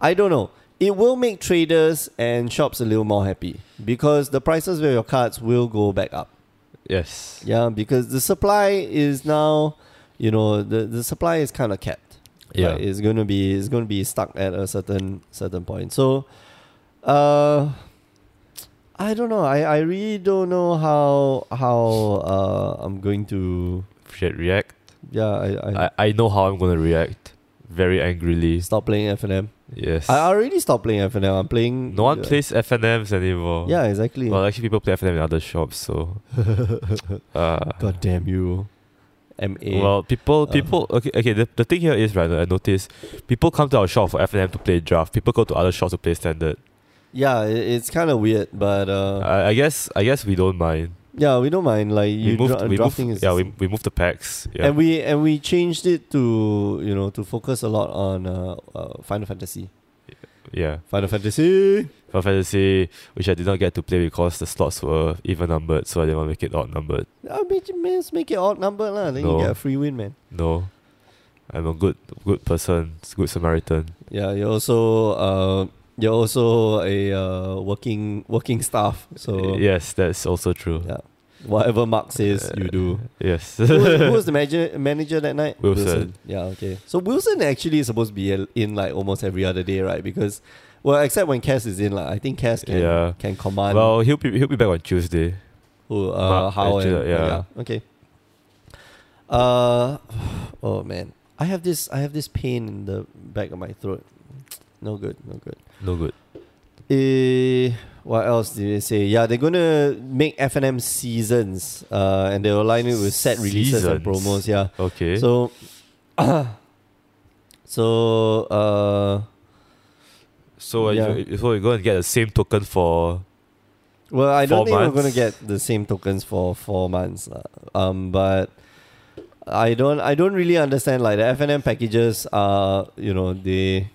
Speaker 1: I don't know. It will make traders and shops a little more happy because the prices of your cards will go back up.
Speaker 2: yes.
Speaker 1: Yeah, because the supply is now, you know, the, the supply is kind of capped.
Speaker 2: Yeah.
Speaker 1: Like, it's gonna be it's gonna be stuck at a certain certain point. So, uh, I don't know. I, I really don't know how how uh I'm going to.
Speaker 2: Should react.
Speaker 1: Yeah, I, I
Speaker 2: I, I know how I'm gonna react. Very angrily.
Speaker 1: Stop playing FNM.
Speaker 2: Yes.
Speaker 1: I already stopped playing FNM. I'm playing.
Speaker 2: no one
Speaker 1: yeah.
Speaker 2: plays FNMs anymore.
Speaker 1: Yeah, exactly.
Speaker 2: Well, actually, people play FNM in other shops, so. uh,
Speaker 1: God damn you, MA.
Speaker 2: well, people,
Speaker 1: Uh.
Speaker 2: people, okay, okay. The, the thing here is, right, I noticed people come to our shop for FNM to play draft. People go to other shops to play standard.
Speaker 1: yeah, it, it's kind of weird, but uh,
Speaker 2: I, I guess, I guess we don't mind.
Speaker 1: Yeah, we don't mind. Like you
Speaker 2: we moved,
Speaker 1: dra-
Speaker 2: we
Speaker 1: drafting
Speaker 2: moved,
Speaker 1: is
Speaker 2: yeah, we, we moved the packs. Yeah.
Speaker 1: and we and we changed it to you know to focus a lot on uh, uh, Final Fantasy.
Speaker 2: yeah.
Speaker 1: Final Fantasy.
Speaker 2: Final Fantasy, which I did not get to play because the slots were even numbered, so I didn't want to make it odd numbered.
Speaker 1: I mean, let's Uh, make it odd number lah. Then
Speaker 2: No.
Speaker 1: you get a free win, man.
Speaker 2: No. I'm a good good person, good Samaritan.
Speaker 1: Yeah, you're also uh, you're also a uh, working working staff. So
Speaker 2: yes, that's also true.
Speaker 1: yeah, whatever
Speaker 2: Uh,
Speaker 1: Mark says, you do.
Speaker 2: Yes.
Speaker 1: Uh, who, was, who was the manager manager that night?
Speaker 2: Wilson.
Speaker 1: Yeah, okay. So Wilson actually is supposed to be in- in like almost every other day, right? Because well, except when Cass is in, like I think Cass can
Speaker 2: Yeah.
Speaker 1: can command
Speaker 2: well, he'll be he'll be back on Tuesday.
Speaker 1: who uh
Speaker 2: Mark,
Speaker 1: how and,
Speaker 2: Angela, yeah.
Speaker 1: Okay. Uh oh man. I have this I have this pain in the back of my throat. No good, no good.
Speaker 2: No good.
Speaker 1: Eh, what else did they say? Yeah, they're gonna make F and M seasons, uh, and they'll line it with set releases and
Speaker 2: Seasons.
Speaker 1: promos. Yeah,
Speaker 2: Okay.
Speaker 1: so, so uh,
Speaker 2: So uh,
Speaker 1: Yeah.
Speaker 2: you, so you're going to get the same token for
Speaker 1: well, I don't think
Speaker 2: Four
Speaker 1: we're gonna
Speaker 2: months?
Speaker 1: get the same tokens for four months. lah. Um, but I don't, I don't really understand. Like the F and M packages are, you know, they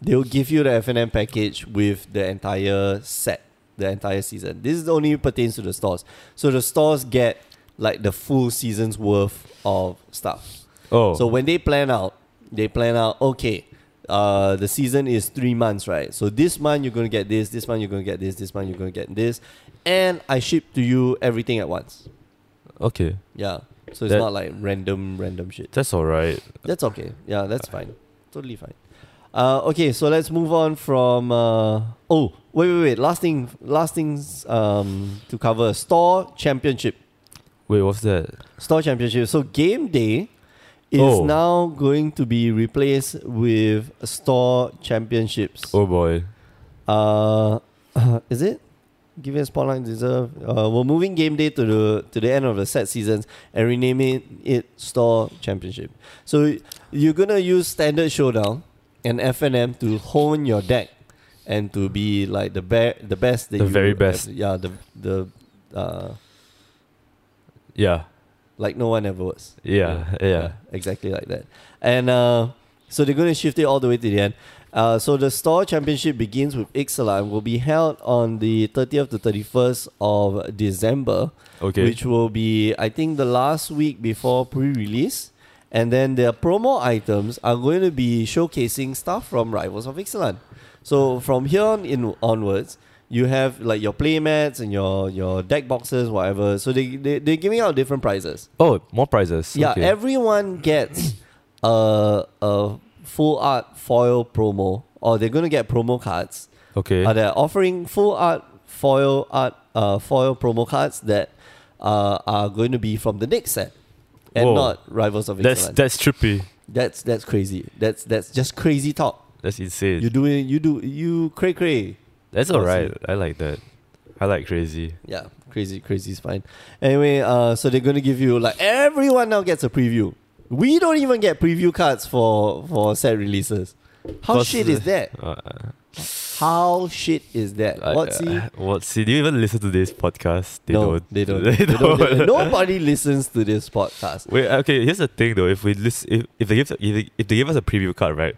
Speaker 1: they'll give you the F and M package with the entire set, the entire season. This is only pertains to the stores. So the stores get like the full season's worth of stuff.
Speaker 2: oh
Speaker 1: So when they plan out, they plan out, okay, uh, the season is three months, right? So this month you're going to get this, this month you're going to get this, this month you're going to get this. And I ship to you everything at once.
Speaker 2: okay
Speaker 1: Yeah. So it's
Speaker 2: That-
Speaker 1: not like random, random shit.
Speaker 2: that's all right.
Speaker 1: That's okay. Yeah, that's fine. Totally fine. Uh, okay, so let's move on from. Uh, oh, wait, wait, wait. Last thing, last things um, to cover store championship.
Speaker 2: Wait, what's that?
Speaker 1: Store Championship. So game day is
Speaker 2: Oh.
Speaker 1: now going to be replaced with store championships.
Speaker 2: Oh boy.
Speaker 1: Uh, is it? Give it a spotlight deserve. Uh, we're moving game day to the to the end of the set seasons and renaming it store championship. So you're gonna use standard showdown and FNM to hone your deck and to be like the be- the best that
Speaker 2: The
Speaker 1: you
Speaker 2: very best.
Speaker 1: Yeah, the the uh,
Speaker 2: Yeah.
Speaker 1: like no one ever was.
Speaker 2: Yeah. Yeah.
Speaker 1: exactly like that. And uh, so they're going to shift it all the way to the end. Uh, so the store championship begins with Ixalan and will be held on the 30th to 31st of December,
Speaker 2: Okay.
Speaker 1: which will be, I think, the last week before pre release. And then their promo items are going to be showcasing stuff from Rivals of Ixalan. So from here on in onwards, you have like your playmats and your, your deck boxes, whatever. So they, they, they're giving out different prizes.
Speaker 2: oh, more prizes.
Speaker 1: Yeah,
Speaker 2: Okay.
Speaker 1: everyone gets a a full art foil promo, or they're gonna get promo cards.
Speaker 2: okay.
Speaker 1: Uh, they're offering full art foil art uh, foil promo cards that uh, are going to be from the next set, and
Speaker 2: Whoa.
Speaker 1: not Rivals of
Speaker 2: that's
Speaker 1: Excellence.
Speaker 2: that's trippy.
Speaker 1: that's that's crazy. That's that's just crazy talk.
Speaker 2: That's insane.
Speaker 1: You doing you do you cray cray.
Speaker 2: that's
Speaker 1: Awesome.
Speaker 2: all right. I like that. I like crazy.
Speaker 1: Yeah, crazy, crazy is fine. Anyway, uh, so they're gonna give you like everyone now gets a preview. We don't even get preview cards for for set releases. How
Speaker 2: Cause-
Speaker 1: shit is that?
Speaker 2: Uh,
Speaker 1: How shit is that?
Speaker 2: I-
Speaker 1: What see?
Speaker 2: uh, what? See? Do you even listen to this podcast? They
Speaker 1: no,
Speaker 2: don't.
Speaker 1: they don't. They don't. they don't. Nobody listens to this podcast.
Speaker 2: Wait. Okay. Here's the thing, though. If we listen, if, if they give if they, if they give us a preview card, right?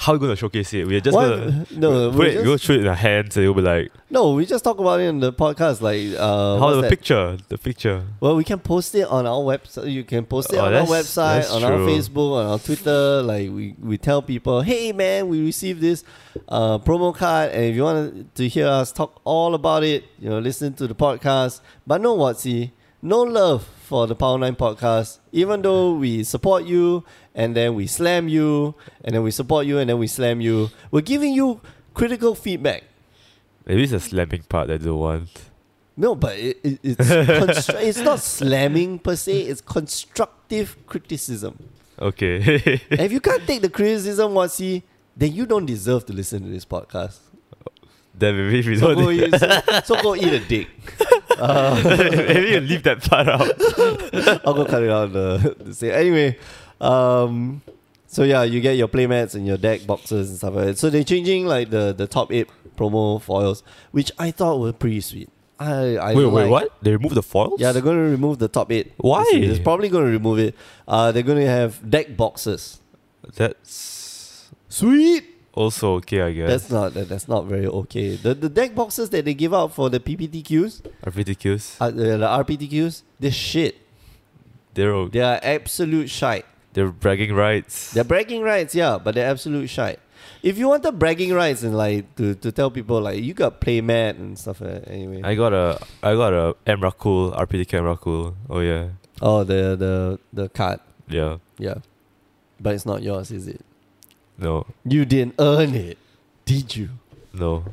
Speaker 2: How are we gonna showcase it? We're just
Speaker 1: Why-
Speaker 2: gonna
Speaker 1: no,
Speaker 2: put
Speaker 1: we
Speaker 2: it,
Speaker 1: just-
Speaker 2: go through it in our hands, and you'll be like,
Speaker 1: No, we just talk about it in the podcast. Like, uh,
Speaker 2: "How
Speaker 1: what's
Speaker 2: the
Speaker 1: that?
Speaker 2: picture? The picture."
Speaker 1: Well, we can post it on our website. You can post it on
Speaker 2: Oh,
Speaker 1: our
Speaker 2: that's-
Speaker 1: website,
Speaker 2: that's
Speaker 1: on our
Speaker 2: true.
Speaker 1: Facebook, on our Twitter. Like we, we tell people, hey man, we received this uh, promo card, and if you want to hear us talk all about it, you know, listen to the podcast. But no Watsy, no love for the Power Nine podcast. Even though we support you, and then we slam you, and then we support you, and then we slam you. We're giving you critical feedback.
Speaker 2: Maybe it's a slamming part that they want.
Speaker 1: No, but it, it, it's constru- it's not slamming per se. It's constructive criticism.
Speaker 2: Okay.
Speaker 1: And if you can't take the criticism, Watsi, then you don't deserve to listen to this podcast.
Speaker 2: then maybe if you
Speaker 1: So
Speaker 2: don't,
Speaker 1: go, eat, so, so go eat a dick. Uh,
Speaker 2: maybe you leave that part out.
Speaker 1: I'll go cut it out. The, the say. Anyway, um, so yeah, you get your playmats and your deck boxes and stuff like that. So they're changing like the the top eight promo foils, which I thought were pretty sweet. I, I
Speaker 2: wait,
Speaker 1: don't
Speaker 2: wait,
Speaker 1: like.
Speaker 2: what? They removed the foils?
Speaker 1: Yeah, they're going to remove the top eight.
Speaker 2: Why?
Speaker 1: It's, it's probably going to remove it. Uh, they're going to have deck boxes.
Speaker 2: That's
Speaker 1: Sweet.
Speaker 2: also okay, I guess.
Speaker 1: That's not that, that's not very okay. The the deck boxes that they give out for the PPTQs,
Speaker 2: That's ridiculous.
Speaker 1: uh, uh, the RPTQs, they're shit.
Speaker 2: They're o-
Speaker 1: They are absolute shite.
Speaker 2: they're bragging rights.
Speaker 1: They're bragging rights, yeah, but they're absolute shite. If you want the bragging rights and like to, to tell people like you got play mat and stuff like that, anyway.
Speaker 2: I got a I got a M Rakul, RPDK M Rakul. Oh yeah.
Speaker 1: oh the the the card,
Speaker 2: Yeah.
Speaker 1: yeah, but it's not yours, is it?
Speaker 2: No.
Speaker 1: You didn't earn it, did you?
Speaker 2: No.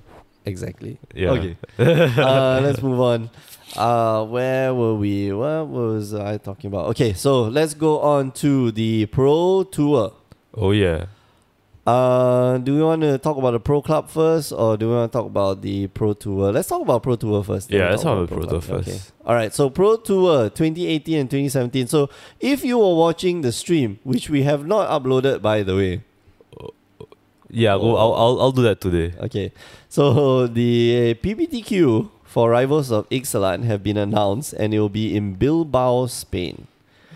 Speaker 1: Exactly.
Speaker 2: Yeah.
Speaker 1: Okay. uh, let's move on. Uh, where were we? What was I talking about? Okay, so let's go on to the pro tour.
Speaker 2: Oh yeah.
Speaker 1: Uh, do we want to talk about the pro club first, or do we want to talk about the pro tour? Let's talk about pro tour first. then
Speaker 2: Yeah,
Speaker 1: we
Speaker 2: let's talk about Pro
Speaker 1: Club.
Speaker 2: Tour
Speaker 1: Okay.
Speaker 2: first.
Speaker 1: All right. So pro tour 2018 and 2017. So if you were watching the stream, which we have not uploaded, by the way,
Speaker 2: Yeah,
Speaker 1: Oh.
Speaker 2: go, I'll, I'll I'll do that today.
Speaker 1: Okay, so the PBTQ for rivals of Ixalan have been announced, and it will be in Bilbao, Spain.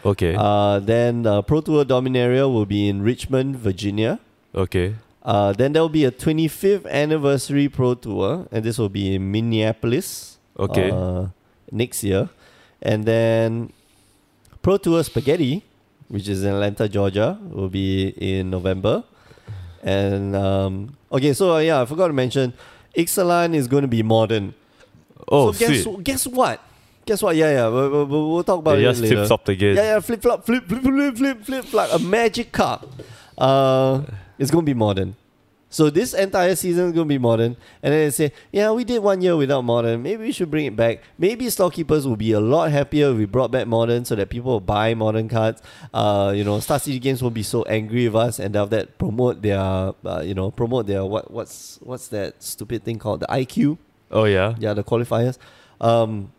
Speaker 2: Okay.
Speaker 1: Uh, then uh, Pro Tour Dominaria will be in Richmond, Virginia.
Speaker 2: okay.
Speaker 1: Uh, then there will be a 25th anniversary Pro Tour, and this will be in Minneapolis.
Speaker 2: Okay.
Speaker 1: uh, next year, and then Pro Tour Spaghetti, which is in Atlanta, Georgia, will be in November. And um, okay, so uh, yeah, I forgot to mention, Ixalan is going to be modern.
Speaker 2: oh,
Speaker 1: so guess
Speaker 2: sweet.
Speaker 1: guess what? Guess what? Yeah, yeah, we'll, we'll- we'll, we'll talk about
Speaker 2: They
Speaker 1: it
Speaker 2: just
Speaker 1: later.
Speaker 2: flip flopped again.
Speaker 1: Yeah, yeah, flip flop, flip flip flip flip flip flop. A magic cup. Uh, it's gonna be modern. So this entire season is gonna be modern, and then they say, yeah, we did one year without modern. Maybe we should bring it back. Maybe storekeepers will be a lot happier if we brought back modern, so that people will buy modern cards. Uh, you know, Star City Games will be so angry with us, and after that promote their, uh, you know, promote their what what's what's that stupid thing called the IQ
Speaker 2: Oh yeah.
Speaker 1: yeah the qualifiers um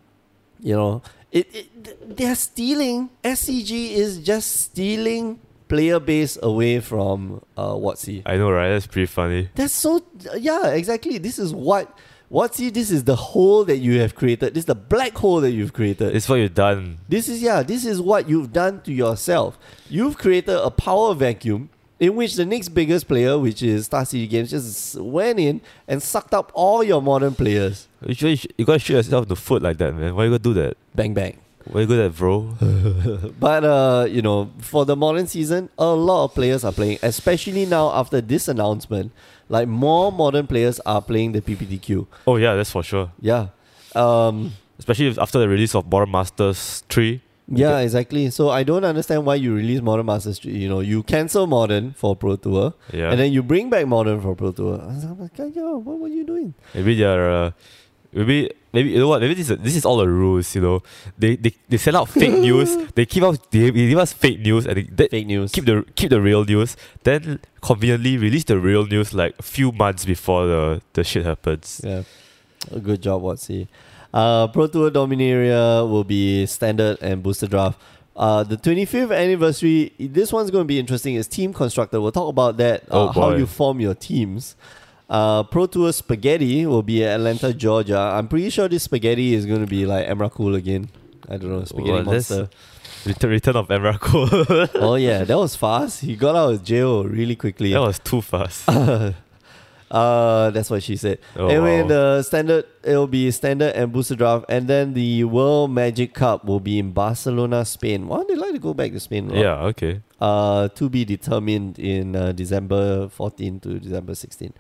Speaker 1: you know it, it th- they're stealing scg is just stealing player base away from uh Watsy.
Speaker 2: I know, right? That's pretty funny.
Speaker 1: that's so yeah exactly this is what Watsy, this is the hole that you have created this is the black hole that you've created
Speaker 2: It's what you've done.
Speaker 1: this is yeah, this is what you've done to yourself. You've created a power vacuum in which the next biggest player, which is Star City Games, just went in and sucked up all your modern players.
Speaker 2: You, should- you, should- you gotta shoot yourself in the foot like that, man. Why you gotta do that?
Speaker 1: Bang bang.
Speaker 2: Why you good at, bro?
Speaker 1: But uh, you know, for the modern season, a lot of players are playing, especially now after this announcement. Like more modern players are playing the PPTQ.
Speaker 2: oh yeah, that's for sure.
Speaker 1: Yeah. Um
Speaker 2: Especially if after the release of Modern Masters Three.
Speaker 1: yeah, exactly. So I don't understand why you release Modern Masters. three. You know, you cancel Modern for Pro Tour,
Speaker 2: Yeah.
Speaker 1: and then you bring back Modern for Pro Tour. I was like, "Okay, yo, what were you doing?
Speaker 2: Maybe they're uh, maybe maybe you know what? Maybe this is, this is all the rules. You know, they they, they send out fake news. They keep out they, they give us fake news and they, they
Speaker 1: Fake news.
Speaker 2: keep the keep the real news. Then conveniently release the real news like a few months before the the shit happens.
Speaker 1: Yeah. Uh, Good job, Watsy. Uh, Pro Tour Dominaria will be standard and booster draft. Uh, the 25th anniversary, this one's going to be interesting. Is Team Constructor. We'll talk about that, uh,
Speaker 2: Oh,
Speaker 1: how
Speaker 2: boy.
Speaker 1: you form your teams. Uh, Pro Tour Spaghetti will be at Atlanta, Georgia. I'm pretty sure this spaghetti is going to be like Emrakul again. I don't know, Spaghetti
Speaker 2: Well, that's-
Speaker 1: Monster.
Speaker 2: Return, return of Emrakul.
Speaker 1: oh, yeah, that was fast. He got out of jail really quickly.
Speaker 2: that was too fast.
Speaker 1: Uh, that's what she said.
Speaker 2: Oh,
Speaker 1: anyway,
Speaker 2: wow.
Speaker 1: the standard it'll be standard and booster draft, and then the World Magic Cup will be in Barcelona, Spain. Why they like to go back to Spain? right?
Speaker 2: yeah. Okay.
Speaker 1: Uh, to be determined in uh, December 14 to December 16.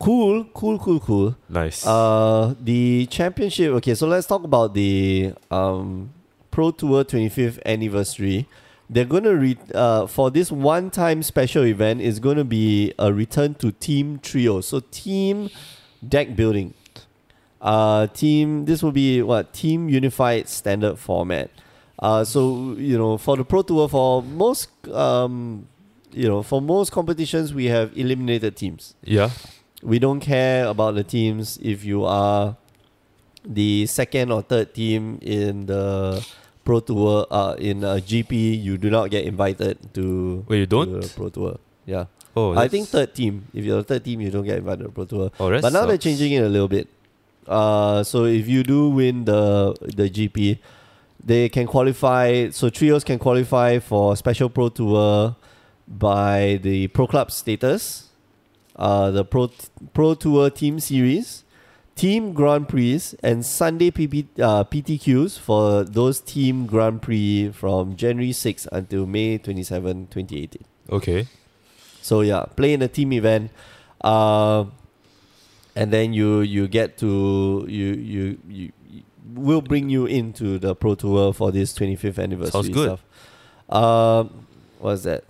Speaker 1: Cool, cool, cool, cool.
Speaker 2: Nice.
Speaker 1: Uh, the championship. Okay, so let's talk about the um, Pro Tour 25th anniversary. They're gonna re- uh, for this one-time special event is gonna be a return to team trio. So team deck building. Uh, team. This will be what team unified standard format. Uh, so you know for the Pro Tour for most um, you know for most competitions we have eliminated teams.
Speaker 2: yeah.
Speaker 1: We don't care about the teams if you are the second or third team in the Pro Tour uh, in a GP. You do not get invited to,
Speaker 2: Wait, you
Speaker 1: to
Speaker 2: don't?
Speaker 1: the Pro Tour. Yeah,
Speaker 2: Oh,
Speaker 1: I
Speaker 2: that's-
Speaker 1: think third team. If you're the third team, you don't get invited to Pro Tour.
Speaker 2: Oh, that
Speaker 1: but now they're
Speaker 2: sucks.
Speaker 1: changing it a little bit. Uh, so if you do win the the GP, they can qualify. So trios can qualify for special pro tour by the pro club status, uh, the pro pro tour team series, team grand prix, and Sunday PP, uh, PTQs for those team grand prix from January 6 until May 27, 2018.
Speaker 2: Okay.
Speaker 1: So yeah, play in a team event, uh, and then you you get to you you you. you We'll bring you into the Pro Tour for this 25th anniversary
Speaker 2: Sounds good.
Speaker 1: stuff. Um, what's that?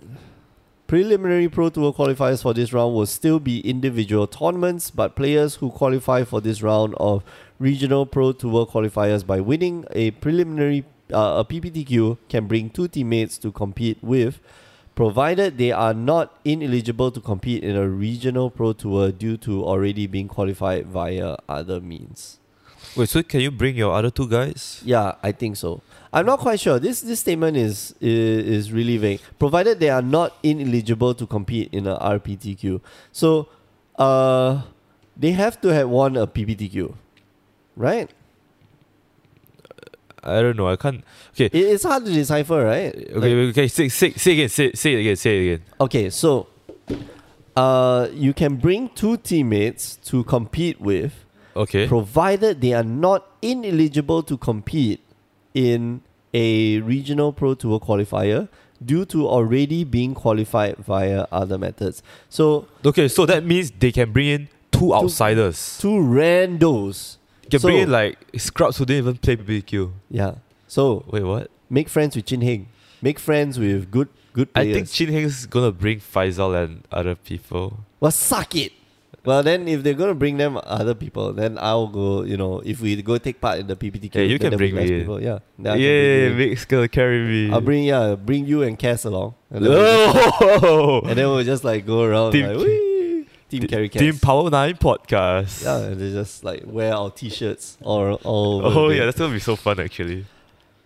Speaker 1: Preliminary Pro Tour qualifiers for this round will still be individual tournaments, but players who qualify for this round of regional Pro Tour qualifiers by winning a preliminary uh, a PPTQ can bring two teammates to compete with, provided they are not ineligible to compete in a regional Pro Tour due to already being qualified via other means.
Speaker 2: Wait, so can you bring your other two guys?
Speaker 1: Yeah, I think so. I'm not quite sure. This this statement is is, is really vague. Provided they are not ineligible to compete in a RPTQ, so uh, they have to have won a PPTQ, right?
Speaker 2: I don't know. I can't. Okay.
Speaker 1: It, it's hard to decipher, right?
Speaker 2: okay.
Speaker 1: Like-
Speaker 2: okay. Say, say, say again. Say, say it again. Say it again.
Speaker 1: okay. So, uh, you can bring two teammates to compete with,
Speaker 2: Okay.
Speaker 1: provided they are not ineligible to compete in a regional pro tour qualifier due to already being qualified via other methods. So
Speaker 2: okay. So that means they can bring in two outsiders.
Speaker 1: two randos.
Speaker 2: can
Speaker 1: so-
Speaker 2: bring in like scrubs who didn't even play BBQ.
Speaker 1: Yeah. So
Speaker 2: Wait, what?
Speaker 1: make friends with Chin Heng. Make friends with good good
Speaker 2: I
Speaker 1: players.
Speaker 2: think Chin Heng's gonna bring Faisal and other people.
Speaker 1: well suck it. Well then if they're gonna bring them other people, then I'll go, you know, if we go take part in the PPTQ,
Speaker 2: Yeah, you
Speaker 1: then there'll be
Speaker 2: can bring
Speaker 1: less
Speaker 2: me in.
Speaker 1: people. Yeah. then
Speaker 2: Yeah,
Speaker 1: I can bring you in.
Speaker 2: Mick's gonna carry me.
Speaker 1: I'll bring yeah, bring you and Cass along. And then we'll just-
Speaker 2: Oh!
Speaker 1: And then we'll just like go around
Speaker 2: Team
Speaker 1: like
Speaker 2: Ca-
Speaker 1: "Whee!" Team
Speaker 2: T-
Speaker 1: Carry Cats.
Speaker 2: Team Power Nine podcast.
Speaker 1: yeah, and they just like wear our t-shirts or all. over
Speaker 2: Oh
Speaker 1: the day.
Speaker 2: yeah, that's gonna be so fun actually.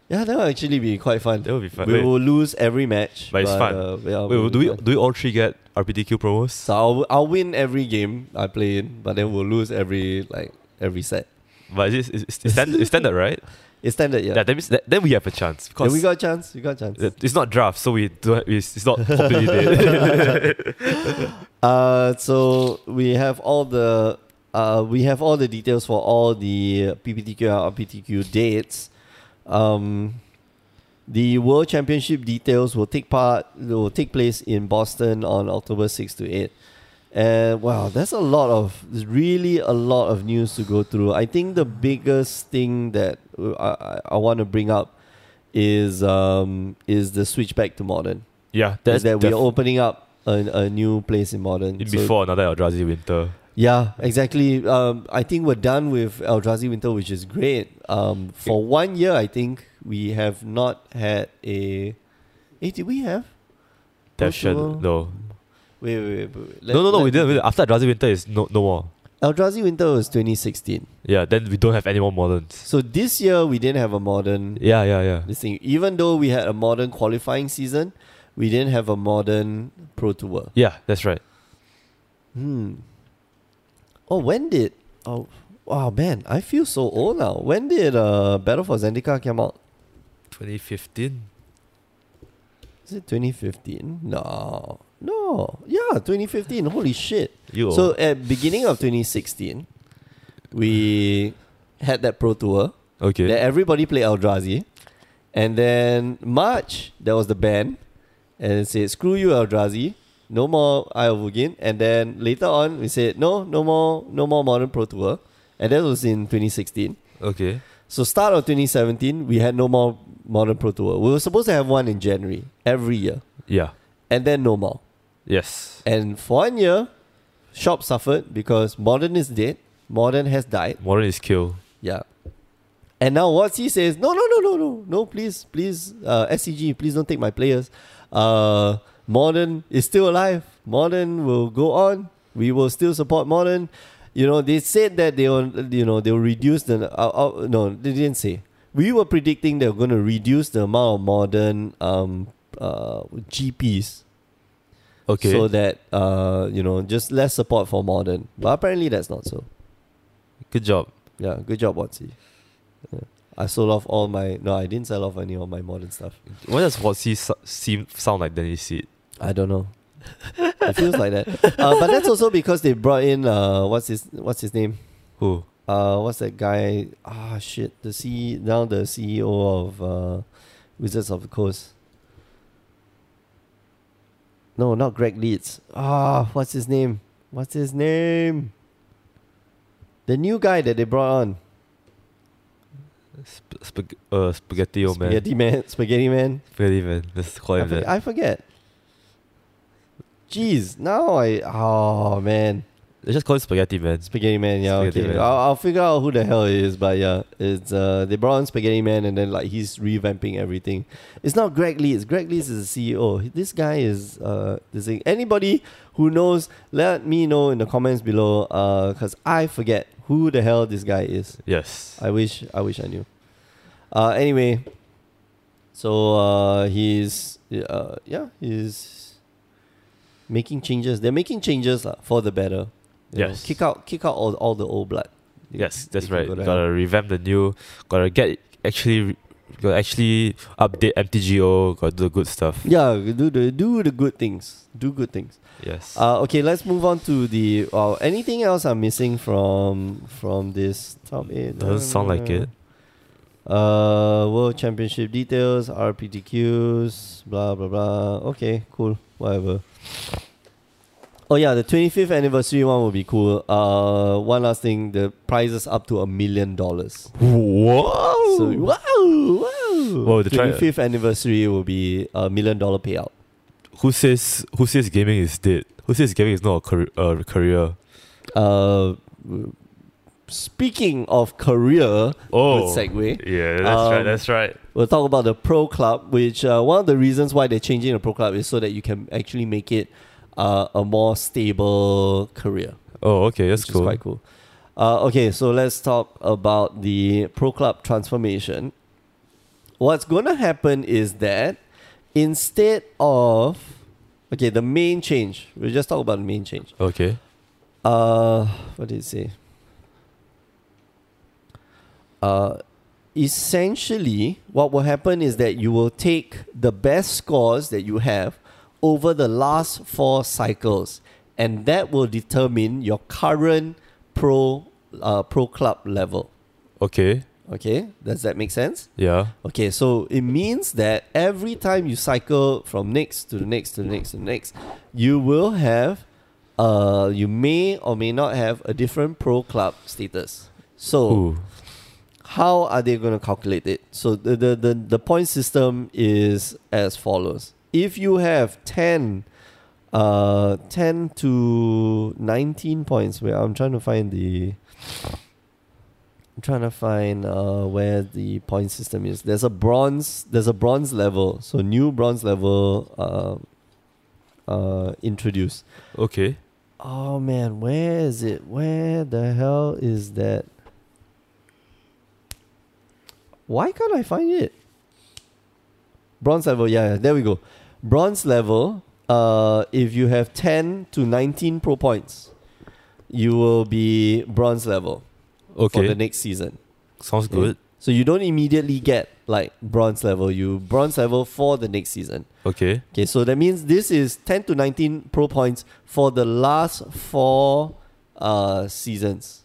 Speaker 1: yeah, that will actually be quite fun.
Speaker 2: That would be fun.
Speaker 1: We
Speaker 2: Wait,
Speaker 1: will lose every match,
Speaker 2: But it's fun.
Speaker 1: Uh, yeah,
Speaker 2: wait,
Speaker 1: we'll
Speaker 2: do
Speaker 1: be
Speaker 2: we
Speaker 1: fine.
Speaker 2: do we all three get RPTQ promos?
Speaker 1: So I'll, I'll win every game I play in, but then we'll lose every like every set.
Speaker 2: But is it is, is standard, it's standard, right?
Speaker 1: It's standard, yeah.
Speaker 2: Yeah. That means that, then we have a chance
Speaker 1: Yeah,
Speaker 2: because
Speaker 1: we got a chance. We got a chance.
Speaker 2: it- it's not draft, so we do have, it's, it's not completely dead.
Speaker 1: Uh, so we have all the uh, we have all the details for all the PPTQ and RPTQ dates. Um, the World Championship details will take part will take place in Boston on October 6 to 8. And wow, that's a lot of there's really a lot of news to go through. I think the biggest thing that uh, I, I- I want to bring up is um, is the switch back to modern
Speaker 2: yeah,
Speaker 1: is
Speaker 2: that's
Speaker 1: that we're
Speaker 2: def-
Speaker 1: opening up a, a new place in modern.
Speaker 2: in
Speaker 1: So-
Speaker 2: before another Eldrazi winter.
Speaker 1: yeah, exactly. Um, I think we're done with Eldrazi Winter, which is great. Um, for one year, I think we have not had a. Eh, did we have? Pro
Speaker 2: Def
Speaker 1: Tour?
Speaker 2: Shen- no,
Speaker 1: Wait, wait, wait. wait. Let-
Speaker 2: no, no, no.
Speaker 1: let-
Speaker 2: We didn't. we didn't. After Eldrazi winter is no, no more.
Speaker 1: Eldrazi Winter was 2016.
Speaker 2: Yeah, then we don't have any more moderns.
Speaker 1: So this year, we didn't have a modern.
Speaker 2: Yeah, yeah, yeah.
Speaker 1: This thing, even though we had a modern qualifying season, we didn't have a modern pro tour.
Speaker 2: Yeah, that's right.
Speaker 1: Hmm. Oh, when did? Oh, wow, man, I feel so old now. When did uh Battle for Zendikar come out?
Speaker 2: 2015.
Speaker 1: Is it 2015? No, no, yeah, 2015. Holy shit!
Speaker 2: You
Speaker 1: So
Speaker 2: so
Speaker 1: at beginning of 2016, we had that pro tour
Speaker 2: okay?
Speaker 1: that everybody played Eldrazi, and then March there was the ban, and it said screw you Eldrazi, no more Eye of Ugin. And then later on we said no, no more, no more Modern Pro Tour, and that was in 2016.
Speaker 2: okay.
Speaker 1: So start of 2017 we had no more Modern Pro Tour. We were supposed to have one in January every year,
Speaker 2: Yeah.
Speaker 1: and then no more.
Speaker 2: Yes.
Speaker 1: And for one year, shop suffered because Modern is dead. Modern has died.
Speaker 2: Modern is kill.
Speaker 1: Yeah. And now what he says, no, no, no, no, no, no, please, please, uh, SCG, please don't take my players. Uh, Modern is still alive. Modern will go on. We will still support Modern. You know, they said that they will, you know, they will reduce the, uh, uh, no, they didn't say. We were predicting they were going to reduce the amount of Modern um, uh, GPs
Speaker 2: Okay.
Speaker 1: so that, uh, you know, just less support for Modern. But apparently that's not so.
Speaker 2: Good job.
Speaker 1: Yeah, good job, Watsy. Yeah. I sold off all my. No, I didn't sell off any of my modern stuff.
Speaker 2: Why does Watsy su- seem sound like Danny Seed?
Speaker 1: I don't know. it feels like that. Uh, but that's also because they brought in uh, what's his what's his name?
Speaker 2: Who?
Speaker 1: Uh, what's that guy? Ah, shit. The C now the CEO of uh, Wizards of the Coast. No, not Greg Leeds. Ah, what's his name? What's his name? The new guy that they brought on.
Speaker 2: Sp- spag- uh, spaghetti old man.
Speaker 1: Spaghetti man. Spaghetti man.
Speaker 2: Spaghetti man. Let's call
Speaker 1: I,
Speaker 2: him
Speaker 1: forg-
Speaker 2: that.
Speaker 1: I forget. Jeez, now I oh man,
Speaker 2: Let's just call him Spaghetti man.
Speaker 1: Spaghetti Man, yeah,
Speaker 2: Spaghetti
Speaker 1: okay. Oh,
Speaker 2: Man.
Speaker 1: I'll, I'll figure out who the hell it is, but yeah, it's uh they brought on Spaghetti Man and then like he's revamping everything. It's not Greg Leeds. Greg Leeds is the CEO. He- This guy is uh this thing. Anybody who knows, let me know in the comments below. Uh, cause I forget who the hell this guy is.
Speaker 2: Yes.
Speaker 1: I wish I wish I knew. Uh, anyway, so uh, he's uh, yeah he's making changes. They're making changes lah, for the better. you know.
Speaker 2: Yes.
Speaker 1: kick out kick out all, all the old blood.
Speaker 2: yes, that's
Speaker 1: They can
Speaker 2: right.
Speaker 1: go there.
Speaker 2: Gotta revamp the new. Gotta get actually. re- Gotta actually update MTGO. Gotta do the good stuff.
Speaker 1: Yeah, do the do the good things. Do good things.
Speaker 2: Yes.
Speaker 1: Uh, okay, let's move on to the. Wow, anything else I'm missing from from this top eight?
Speaker 2: Doesn't sound like it.
Speaker 1: Uh, World Championship details, RPTQs, blah blah blah. Okay, cool, whatever. Oh yeah, the 25th anniversary one will be cool. Uh, one last thing, the prizes up to a million dollars.
Speaker 2: Whoa!
Speaker 1: So wow, wow.
Speaker 2: Wow, the tri-
Speaker 1: 25th anniversary will be a million dollar payout.
Speaker 2: who says who says gaming is dead? Who says gaming is not a career? Uh, career?
Speaker 1: Uh, speaking of career,
Speaker 2: Oh,
Speaker 1: good segue.
Speaker 2: yeah, that's
Speaker 1: Um,
Speaker 2: right. That's right.
Speaker 1: We'll talk about the Pro Club, which uh, one of the reasons why they're changing the Pro Club is so that you can actually make it uh, a more stable career.
Speaker 2: Oh, okay, that's
Speaker 1: which
Speaker 2: cool.
Speaker 1: is quite cool. Uh, okay, so let's talk about the Pro Club transformation. What's going to happen is that instead of. Okay, the main change. We'll just talk about the main change.
Speaker 2: Okay.
Speaker 1: Uh, what did it say? Uh, essentially, what will happen is that you will take the best scores that you have over the last four cycles, and that will determine your current pro uh, pro club level.
Speaker 2: Okay.
Speaker 1: Okay, does that make sense?
Speaker 2: Yeah.
Speaker 1: Okay, so it means that every time you cycle from next to the next to the next to the next, you will have, uh, you may or may not have a different pro club status. So,
Speaker 2: Ooh.
Speaker 1: how are they going to calculate it? So, the, the, the, the point system is as follows if you have 10, uh, 10 to 19 points, where I'm trying to find the. I'm trying to find uh, where the point system is. There's a bronze. There's a bronze level. So new bronze level uh, uh, introduced.
Speaker 2: Okay.
Speaker 1: Oh man, where is it? Where the hell is that? Why can't I find it? Bronze level. Yeah, yeah, there we go. Bronze level. Uh, if you have ten to nineteen pro points, you will be bronze level for the
Speaker 2: Okay.
Speaker 1: next season.
Speaker 2: Sounds
Speaker 1: Yeah.
Speaker 2: good.
Speaker 1: So you don't immediately get like bronze level. You bronze level for the next season.
Speaker 2: Okay.
Speaker 1: Okay, so that means this is 10 to 19 pro points for the last four uh, seasons.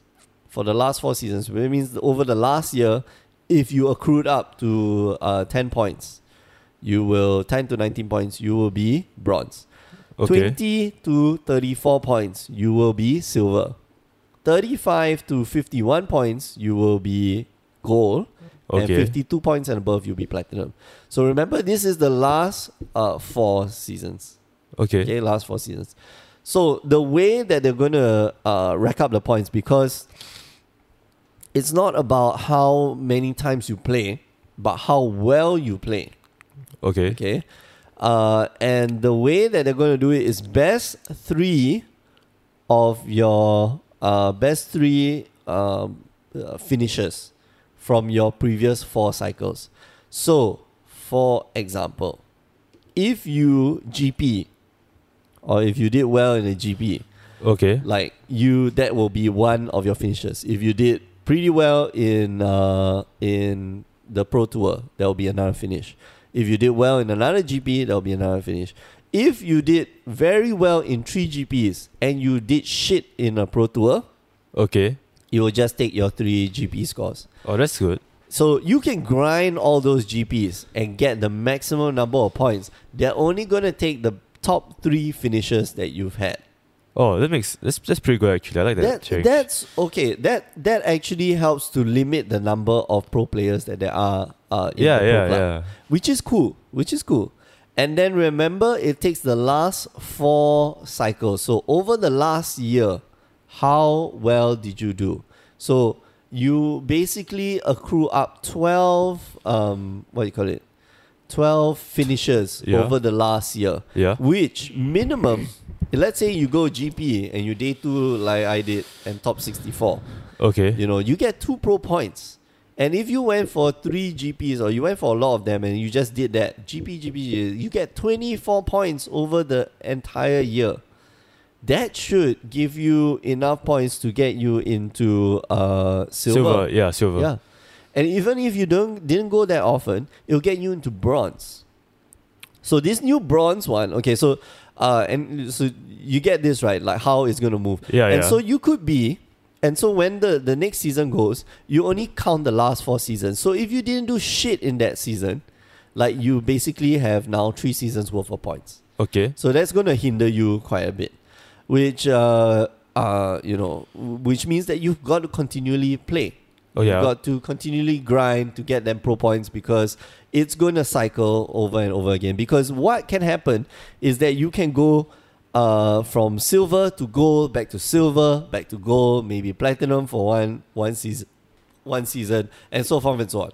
Speaker 1: For the last four seasons, which means that over the last year, if you accrued up to uh, 10 points, you will 10 to 19 points, you will be bronze.
Speaker 2: Okay.
Speaker 1: 20 to 34 points, you will be silver. 35 to 51 points, you will be gold and
Speaker 2: Okay.
Speaker 1: 52 points and above, you'll be platinum. So remember, this is the last uh, four seasons.
Speaker 2: Okay.
Speaker 1: Okay, last four seasons. So the way that they're going to uh, rack up the points, because it's not about how many times you play, but how well you play.
Speaker 2: Okay.
Speaker 1: Okay. Uh, and the way that they're going to do it is best three of your uh, best three um, uh, finishes from your previous four cycles. So, for example, if you GP or if you did well in a GP,
Speaker 2: Okay.
Speaker 1: like you, that will be one of your finishes. If you did pretty well in uh, in the Pro Tour. There will be another finish. If you did well in another GP, there will be another finish. If you did very well in three GPs and you did shit in a Pro Tour,
Speaker 2: Okay.
Speaker 1: you will just take your three GP scores.
Speaker 2: Oh, that's good.
Speaker 1: So you can grind all those GPs and get the maximum number of points. They're only gonna take the top three finishes that you've had.
Speaker 2: Oh, that makes that's that's pretty good actually. I like that.
Speaker 1: That,
Speaker 2: change.
Speaker 1: that's okay. That that actually helps to limit the number of pro players that there are. Uh, in
Speaker 2: yeah,
Speaker 1: the pro
Speaker 2: yeah,
Speaker 1: club,
Speaker 2: yeah.
Speaker 1: Which is cool. Which is cool. And then remember, it takes the last four cycles. So over the last year, how well did you do? So you basically accrue up twelve. Um, what do you call it? Twelve finishes
Speaker 2: Yeah.
Speaker 1: over the last year
Speaker 2: Yeah.
Speaker 1: which minimum let's say you go GP and you day two like I did and top 64
Speaker 2: Okay.
Speaker 1: you know you get two pro points and if you went for three GPs or you went for a lot of them and you just did that GP GP you get 24 points over the entire year that should give you enough points to get you into uh silver,
Speaker 2: Yeah, silver.
Speaker 1: yeah and even if you don't didn't go that often it'll get you into bronze so this new bronze one okay so uh and so you get this right like how it's going to move
Speaker 2: Yeah,
Speaker 1: and
Speaker 2: yeah.
Speaker 1: so you could be and so when the the next season goes you only count the last four seasons so if you didn't do shit in that season like you basically have now three seasons worth of points
Speaker 2: Okay.
Speaker 1: so that's going to hinder you quite a bit, which uh, uh, you know, w- which means that you've got to continually play.
Speaker 2: Oh, yeah.
Speaker 1: You've got to continually grind to get them pro points because it's going to cycle over and over again. Because what can happen is that you can go uh, from silver to gold, back to silver, back to gold, maybe platinum for one one season, one season, and so forth and so on.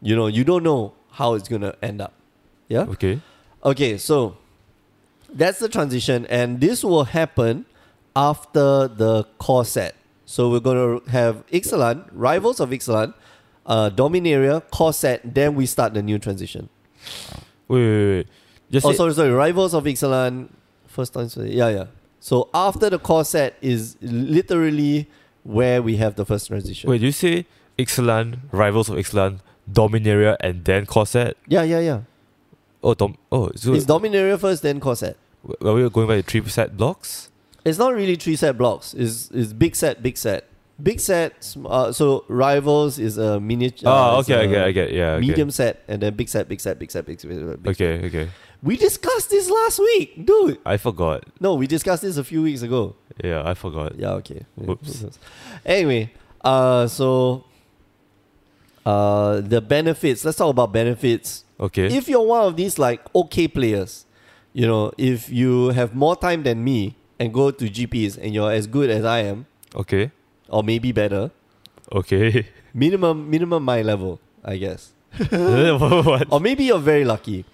Speaker 1: You know, you don't know how it's going to end up. Yeah.
Speaker 2: Okay.
Speaker 1: Okay, so that's the transition, and this will happen after the core set. So we're gonna have Ixalan, rivals of Ixalan, uh, Dominaria, core set. Then we start the new transition.
Speaker 2: Wait, wait, wait. Just
Speaker 1: Oh,
Speaker 2: say-
Speaker 1: sorry, sorry, rivals of Ixalan, first time. Sorry. Yeah, yeah. So after the core set is literally where we have the first transition.
Speaker 2: wait, you say Ixalan, Rivals of Ixalan, Dominaria, and then Corset?
Speaker 1: Yeah, yeah, yeah.
Speaker 2: Oh, Dom. Oh, so
Speaker 1: It's Dominaria first, then core set.
Speaker 2: are we going by the three set blocks?
Speaker 1: It's not really three set blocks. It's it's big set, big set, big set. sm- Uh, so rivals is a miniature.
Speaker 2: oh, okay, I get, I get. Yeah. okay.
Speaker 1: Medium set and then big set, big set, big set, big set. Big set. big set.
Speaker 2: Okay, okay.
Speaker 1: We discussed this last week, dude.
Speaker 2: I forgot.
Speaker 1: No, we discussed this a few weeks ago.
Speaker 2: Yeah, I forgot.
Speaker 1: Yeah, okay.
Speaker 2: Whoops.
Speaker 1: Anyway, uh, so uh, the benefits. Let's talk about benefits
Speaker 2: Okay.
Speaker 1: if you're one of these like okay players, you know, if you have more time than me and go to GPs and you're as good as I am,
Speaker 2: okay.
Speaker 1: or maybe better,
Speaker 2: Okay.
Speaker 1: minimum minimum my level, I guess.
Speaker 2: what?
Speaker 1: Or maybe you're very lucky.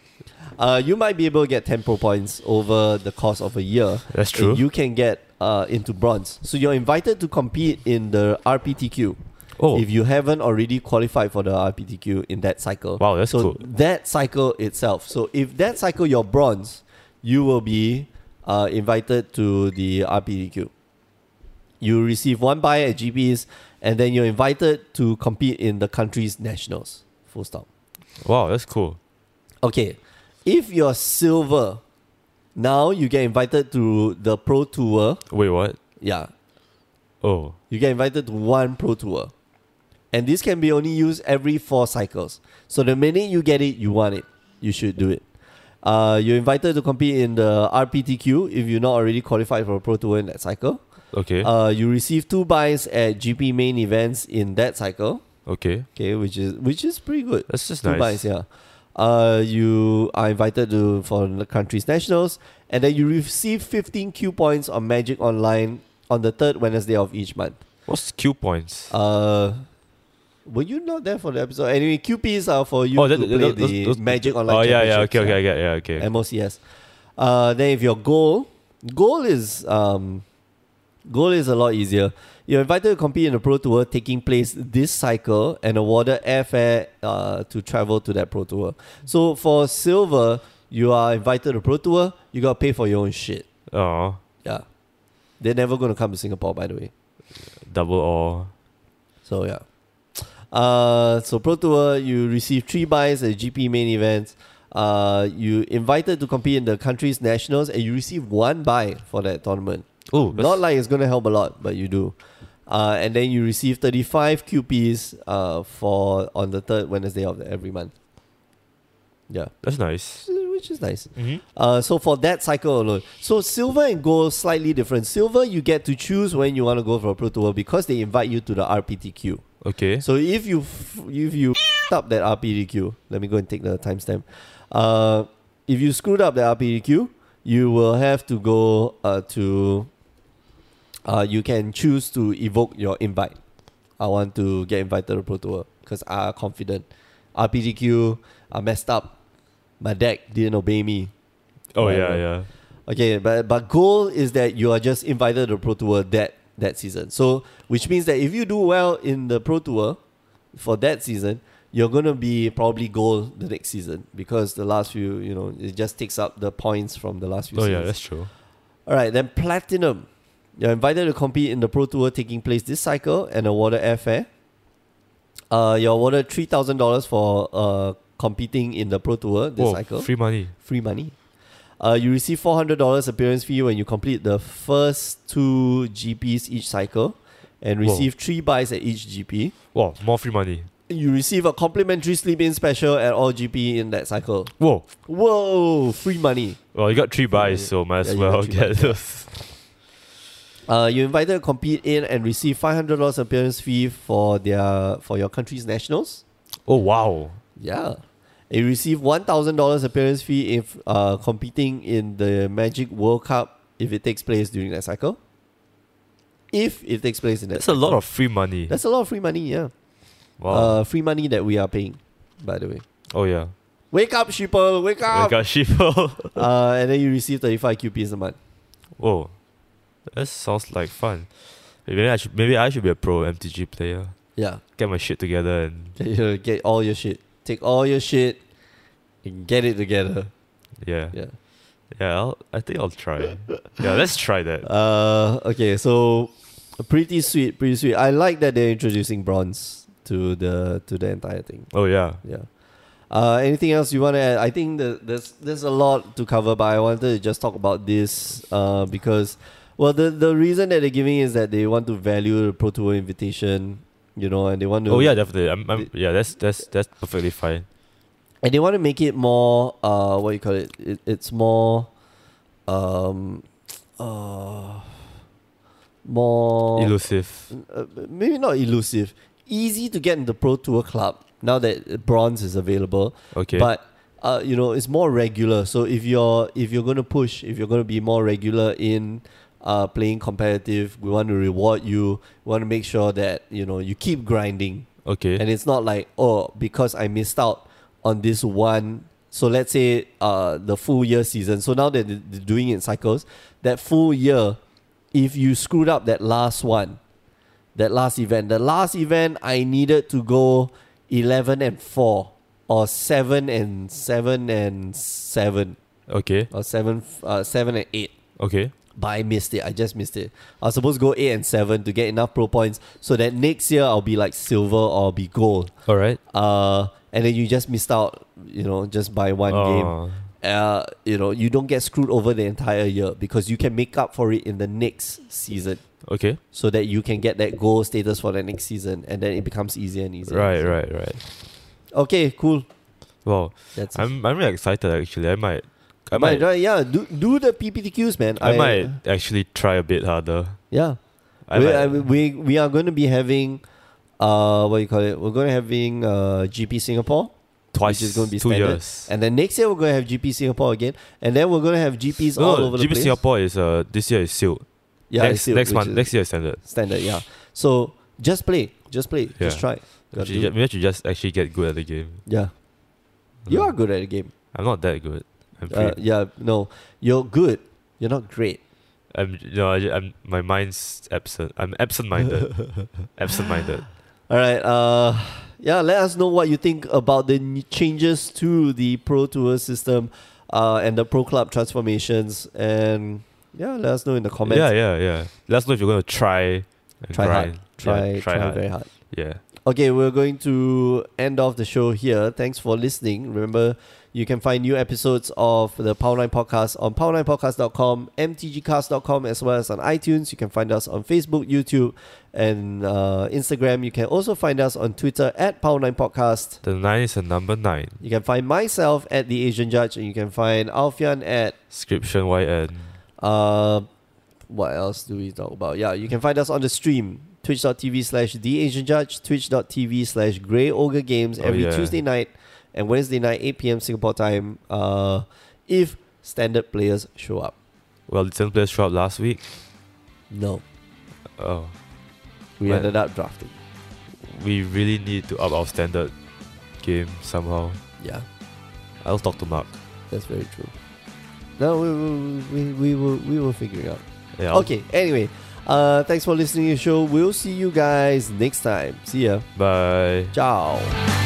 Speaker 1: Uh, you might be able to get 10 pro points over the course of a year.
Speaker 2: That's true.
Speaker 1: And you can get uh, into bronze. So you're invited to compete in the RPTQ.
Speaker 2: oh,
Speaker 1: if you haven't already qualified for the RPTQ in that cycle.
Speaker 2: Wow, that's
Speaker 1: so
Speaker 2: cool.
Speaker 1: That cycle itself. So if that cycle you're bronze, you will be uh, invited to the RPTQ. You receive one buy at GPs, and then you're invited to compete in the country's nationals. Full stop.
Speaker 2: wow, that's cool.
Speaker 1: Okay, if you're silver, now you get invited to the pro tour.
Speaker 2: Wait, what?
Speaker 1: Yeah,
Speaker 2: Oh,
Speaker 1: you get invited to one pro tour. And this can be only used every four cycles. So the minute you get it, you want it. You should do it. Uh, you're invited to compete in the RPTQ if you're not already qualified for a pro tour in that cycle.
Speaker 2: okay,
Speaker 1: Uh, you receive two buys at GP main events in that cycle.
Speaker 2: okay.
Speaker 1: Okay, which is which is pretty good.
Speaker 2: That's just
Speaker 1: Two
Speaker 2: nice.
Speaker 1: buys, yeah. Uh, you are invited to for the country's nationals, and then you receive 15 Q points on Magic Online on the third Wednesday of each month.
Speaker 2: What's Q points?
Speaker 1: Uh, were you not there for the episode? Anyway, QPs are for you
Speaker 2: oh, that-
Speaker 1: to
Speaker 2: that-
Speaker 1: play
Speaker 2: those-
Speaker 1: the
Speaker 2: those-
Speaker 1: Magic Online.
Speaker 2: Oh, yeah, yeah. Okay, okay, I
Speaker 1: Championships,
Speaker 2: get. Yeah, okay.
Speaker 1: yeah. MOCS. Uh, then if your goal, goal is um, goal is a lot easier. You're invited to compete in a pro tour taking place this cycle and awarded airfare uh, to travel to that pro tour. So for silver, you are invited to pro tour. You gotta pay for your own shit.
Speaker 2: oh,
Speaker 1: Yeah, they're never gonna come to Singapore, by the way.
Speaker 2: double or
Speaker 1: So yeah. Uh, so Pro Tour, you received three buys at GP main events. Uh, you invited to compete in the country's nationals, and you received one buy for that tournament.
Speaker 2: Oh, that's-
Speaker 1: Not like it's going to help a lot, but you do. Uh, and then you receive 35 QPs uh, for on the third Wednesday of the, every month. Yeah,
Speaker 2: that's nice.
Speaker 1: which is nice.
Speaker 2: Mm-hmm.
Speaker 1: Uh, so for that cycle alone, so silver and gold slightly different. Silver, you get to choose when you want to go for a pro tour because they invite you to the RPTQ.
Speaker 2: Okay.
Speaker 1: So if you f- if you f- up that RPTQ, let me go and take the timestamp. Uh, if you screwed up the RPTQ, you will have to go uh, to. Uh, you can choose to evoke your invite. I want to get invited to pro tour because I'm confident. RPTQ, I messed up. My deck didn't obey me.
Speaker 2: oh yeah,
Speaker 1: whatever.
Speaker 2: yeah.
Speaker 1: Okay, but but goal is that you are just invited to Pro Tour that that season. So which means that if you do well in the Pro Tour for that season, you're gonna be probably goal the next season because the last few you know it just takes up the points from the last few.
Speaker 2: Oh yeah,
Speaker 1: seasons.
Speaker 2: that's true.
Speaker 1: All right, then platinum. You're invited to compete in the Pro Tour taking place this cycle and awarded airfare. Uh, you're awarded three thousand dollars for uh competing in the Pro Tour this
Speaker 2: Whoa,
Speaker 1: cycle
Speaker 2: free money.
Speaker 1: free money. Uh, you receive four hundred dollars appearance fee when you complete the first two GPs each cycle, and
Speaker 2: Whoa.
Speaker 1: receive three buys at each GP.
Speaker 2: Wow, more free money.
Speaker 1: You receive a complimentary sleep-in special at all GP in that cycle.
Speaker 2: Whoa.
Speaker 1: Whoa, free money!
Speaker 2: Well, you got three buys,
Speaker 1: yeah.
Speaker 2: so might as
Speaker 1: Yeah, you got
Speaker 2: well
Speaker 1: three
Speaker 2: get
Speaker 1: buys,
Speaker 2: those.
Speaker 1: Uh, you're invited to compete in and receive five hundred dollars appearance fee for their for your country's nationals.
Speaker 2: Oh wow.
Speaker 1: Yeah. You receive one thousand dollars appearance fee if uh, competing in the Magic World Cup if it takes place during that cycle. If it takes place in that,
Speaker 2: That's a lot
Speaker 1: cycle.
Speaker 2: of free money.
Speaker 1: that's a lot of free money. Yeah,
Speaker 2: wow.
Speaker 1: uh, free money that we are paying. By the way,
Speaker 2: oh yeah.
Speaker 1: wake up, sheeple, wake
Speaker 2: We
Speaker 1: up.
Speaker 2: got sheeple.
Speaker 1: Uh, and then you receive thirty-five QPs a month.
Speaker 2: Whoa. That sounds like fun. Maybe I should maybe I should be a pro MTG player.
Speaker 1: Yeah,
Speaker 2: Get my shit together and
Speaker 1: you get all your shit, take all your shit, and get it together.
Speaker 2: yeah.
Speaker 1: Yeah.
Speaker 2: Yeah, I'll, I think I'll try. yeah, let's try that.
Speaker 1: Uh, okay, so pretty sweet, pretty sweet. I like that they're introducing bronze to the to the entire thing.
Speaker 2: Oh yeah.
Speaker 1: Yeah. Uh, anything else you want to add? I think the, there's there's a lot to cover, but I wanted to just talk about this uh, because, well, the the reason that they're giving is that they want to value the Pro Tour invitation, you know, and they want to
Speaker 2: Oh yeah, definitely. I'm, I'm, yeah, that's that's that's perfectly fine.
Speaker 1: and they want to make it more uh what you call it, it it's more um uh more
Speaker 2: Elusive.
Speaker 1: uh, maybe not elusive, easy to get in the Pro Tour club now that bronze is available.
Speaker 2: Okay.
Speaker 1: But uh, you know, it's more regular. So if you're if you're gonna push, if you're gonna be more regular in uh, playing competitive, we want to reward you. We want to make sure that you know you keep grinding,
Speaker 2: okay.
Speaker 1: and it's not like oh because I missed out on this one. So let's say uh, the full year season. So now that they're they're doing it in cycles, that full year, if you screwed up that last one, that last event. The last event I needed to go eleven and four or seven and seven and seven
Speaker 2: Okay.
Speaker 1: or seven f- uh, seven and eight.
Speaker 2: Okay.
Speaker 1: But I missed it. I just missed it. I was supposed to go eight and seven to get enough pro points so that next year I'll be like silver or I'll be gold.
Speaker 2: All right.
Speaker 1: Uh, and then you just missed out, you know, just by one game.
Speaker 2: Oh,
Speaker 1: Uh, you know, you don't get screwed over the entire year because you can make up for it in the next season
Speaker 2: okay.
Speaker 1: so that you can get that goal status for the next season, and then it becomes easier and easier.
Speaker 2: Right. Right. Right.
Speaker 1: Okay. Cool.
Speaker 2: Well,
Speaker 1: That's it.
Speaker 2: I'm I'm really excited actually. I might. I
Speaker 1: Might-
Speaker 2: might.
Speaker 1: right, yeah. Do do the PPTQs, man.
Speaker 2: I might actually try a bit harder.
Speaker 1: Yeah.
Speaker 2: I
Speaker 1: we,
Speaker 2: might,
Speaker 1: I- we we are going to be having, uh, what you call it? We're going to having uh GP Singapore,
Speaker 2: twice.
Speaker 1: which is gonna be
Speaker 2: two
Speaker 1: standard.
Speaker 2: years.
Speaker 1: and then next year we're going to have GP Singapore again, and then we're going to have GPs all
Speaker 2: no,
Speaker 1: over
Speaker 2: no,
Speaker 1: the
Speaker 2: GP
Speaker 1: place.
Speaker 2: Singapore is uh this year is sealed.
Speaker 1: Yeah.
Speaker 2: next
Speaker 1: it's still-
Speaker 2: next
Speaker 1: which
Speaker 2: month
Speaker 1: is
Speaker 2: next year is standard.
Speaker 1: Standard. Yeah. So just play. Just play. Just
Speaker 2: Yeah.
Speaker 1: try. Gotta
Speaker 2: Maybe
Speaker 1: do
Speaker 2: I
Speaker 1: it.
Speaker 2: should just actually get good at the game.
Speaker 1: Yeah. You are good at the game.
Speaker 2: I'm not that good. I'm
Speaker 1: Uh,
Speaker 2: pretty,
Speaker 1: yeah. No, you're good. You're not great.
Speaker 2: I'm no. I, am my mind's absent. I'm absent-minded. absent-minded.
Speaker 1: All right. Uh, yeah, let us know what you think about the n- changes to the Pro Tour system uh, and the Pro Club transformations. And yeah, let us know in the comments.
Speaker 2: Yeah, yeah, yeah. Let us know if you're gonna try. And
Speaker 1: Try hard.
Speaker 2: grind.
Speaker 1: Try,
Speaker 2: Yeah,
Speaker 1: try,
Speaker 2: hard.
Speaker 1: very hard.
Speaker 2: Yeah.
Speaker 1: Okay, we're going to end off the show here. Thanks for listening. Remember, you can find new episodes of the Power 9 Podcast on power9podcast.com, mtgcast.com, as well as on iTunes. You can find us on Facebook, YouTube, and uh, Instagram. You can also find us on Twitter at Power 9 Podcast.
Speaker 2: The nine is a number nine.
Speaker 1: You can find myself at The Asian Judge, and you can find Alfian at
Speaker 2: Scription YN.
Speaker 1: uh, what else do we talk about? Yeah, you can find us on the stream twitch.tv slash the Asian Judge, twitch.tv slash Grey Ogre Games
Speaker 2: Oh,
Speaker 1: every
Speaker 2: yeah.
Speaker 1: Tuesday night and Wednesday night, 8 p.m. Singapore time. Uh, if standard players show up,
Speaker 2: Well, Litton players showed up last week.
Speaker 1: no,
Speaker 2: Oh,
Speaker 1: we
Speaker 2: Right.
Speaker 1: ended up drafting.
Speaker 2: we really need to up our standard game somehow.
Speaker 1: Yeah,
Speaker 2: I'll talk to Mark.
Speaker 1: that's very true. No, we we we, we will we will figure it out.
Speaker 2: Yeah. I'll-
Speaker 1: Okay. Anyway, uh, thanks for listening to the show. We'll see you guys next time. See ya.
Speaker 2: Bye.
Speaker 1: Ciao.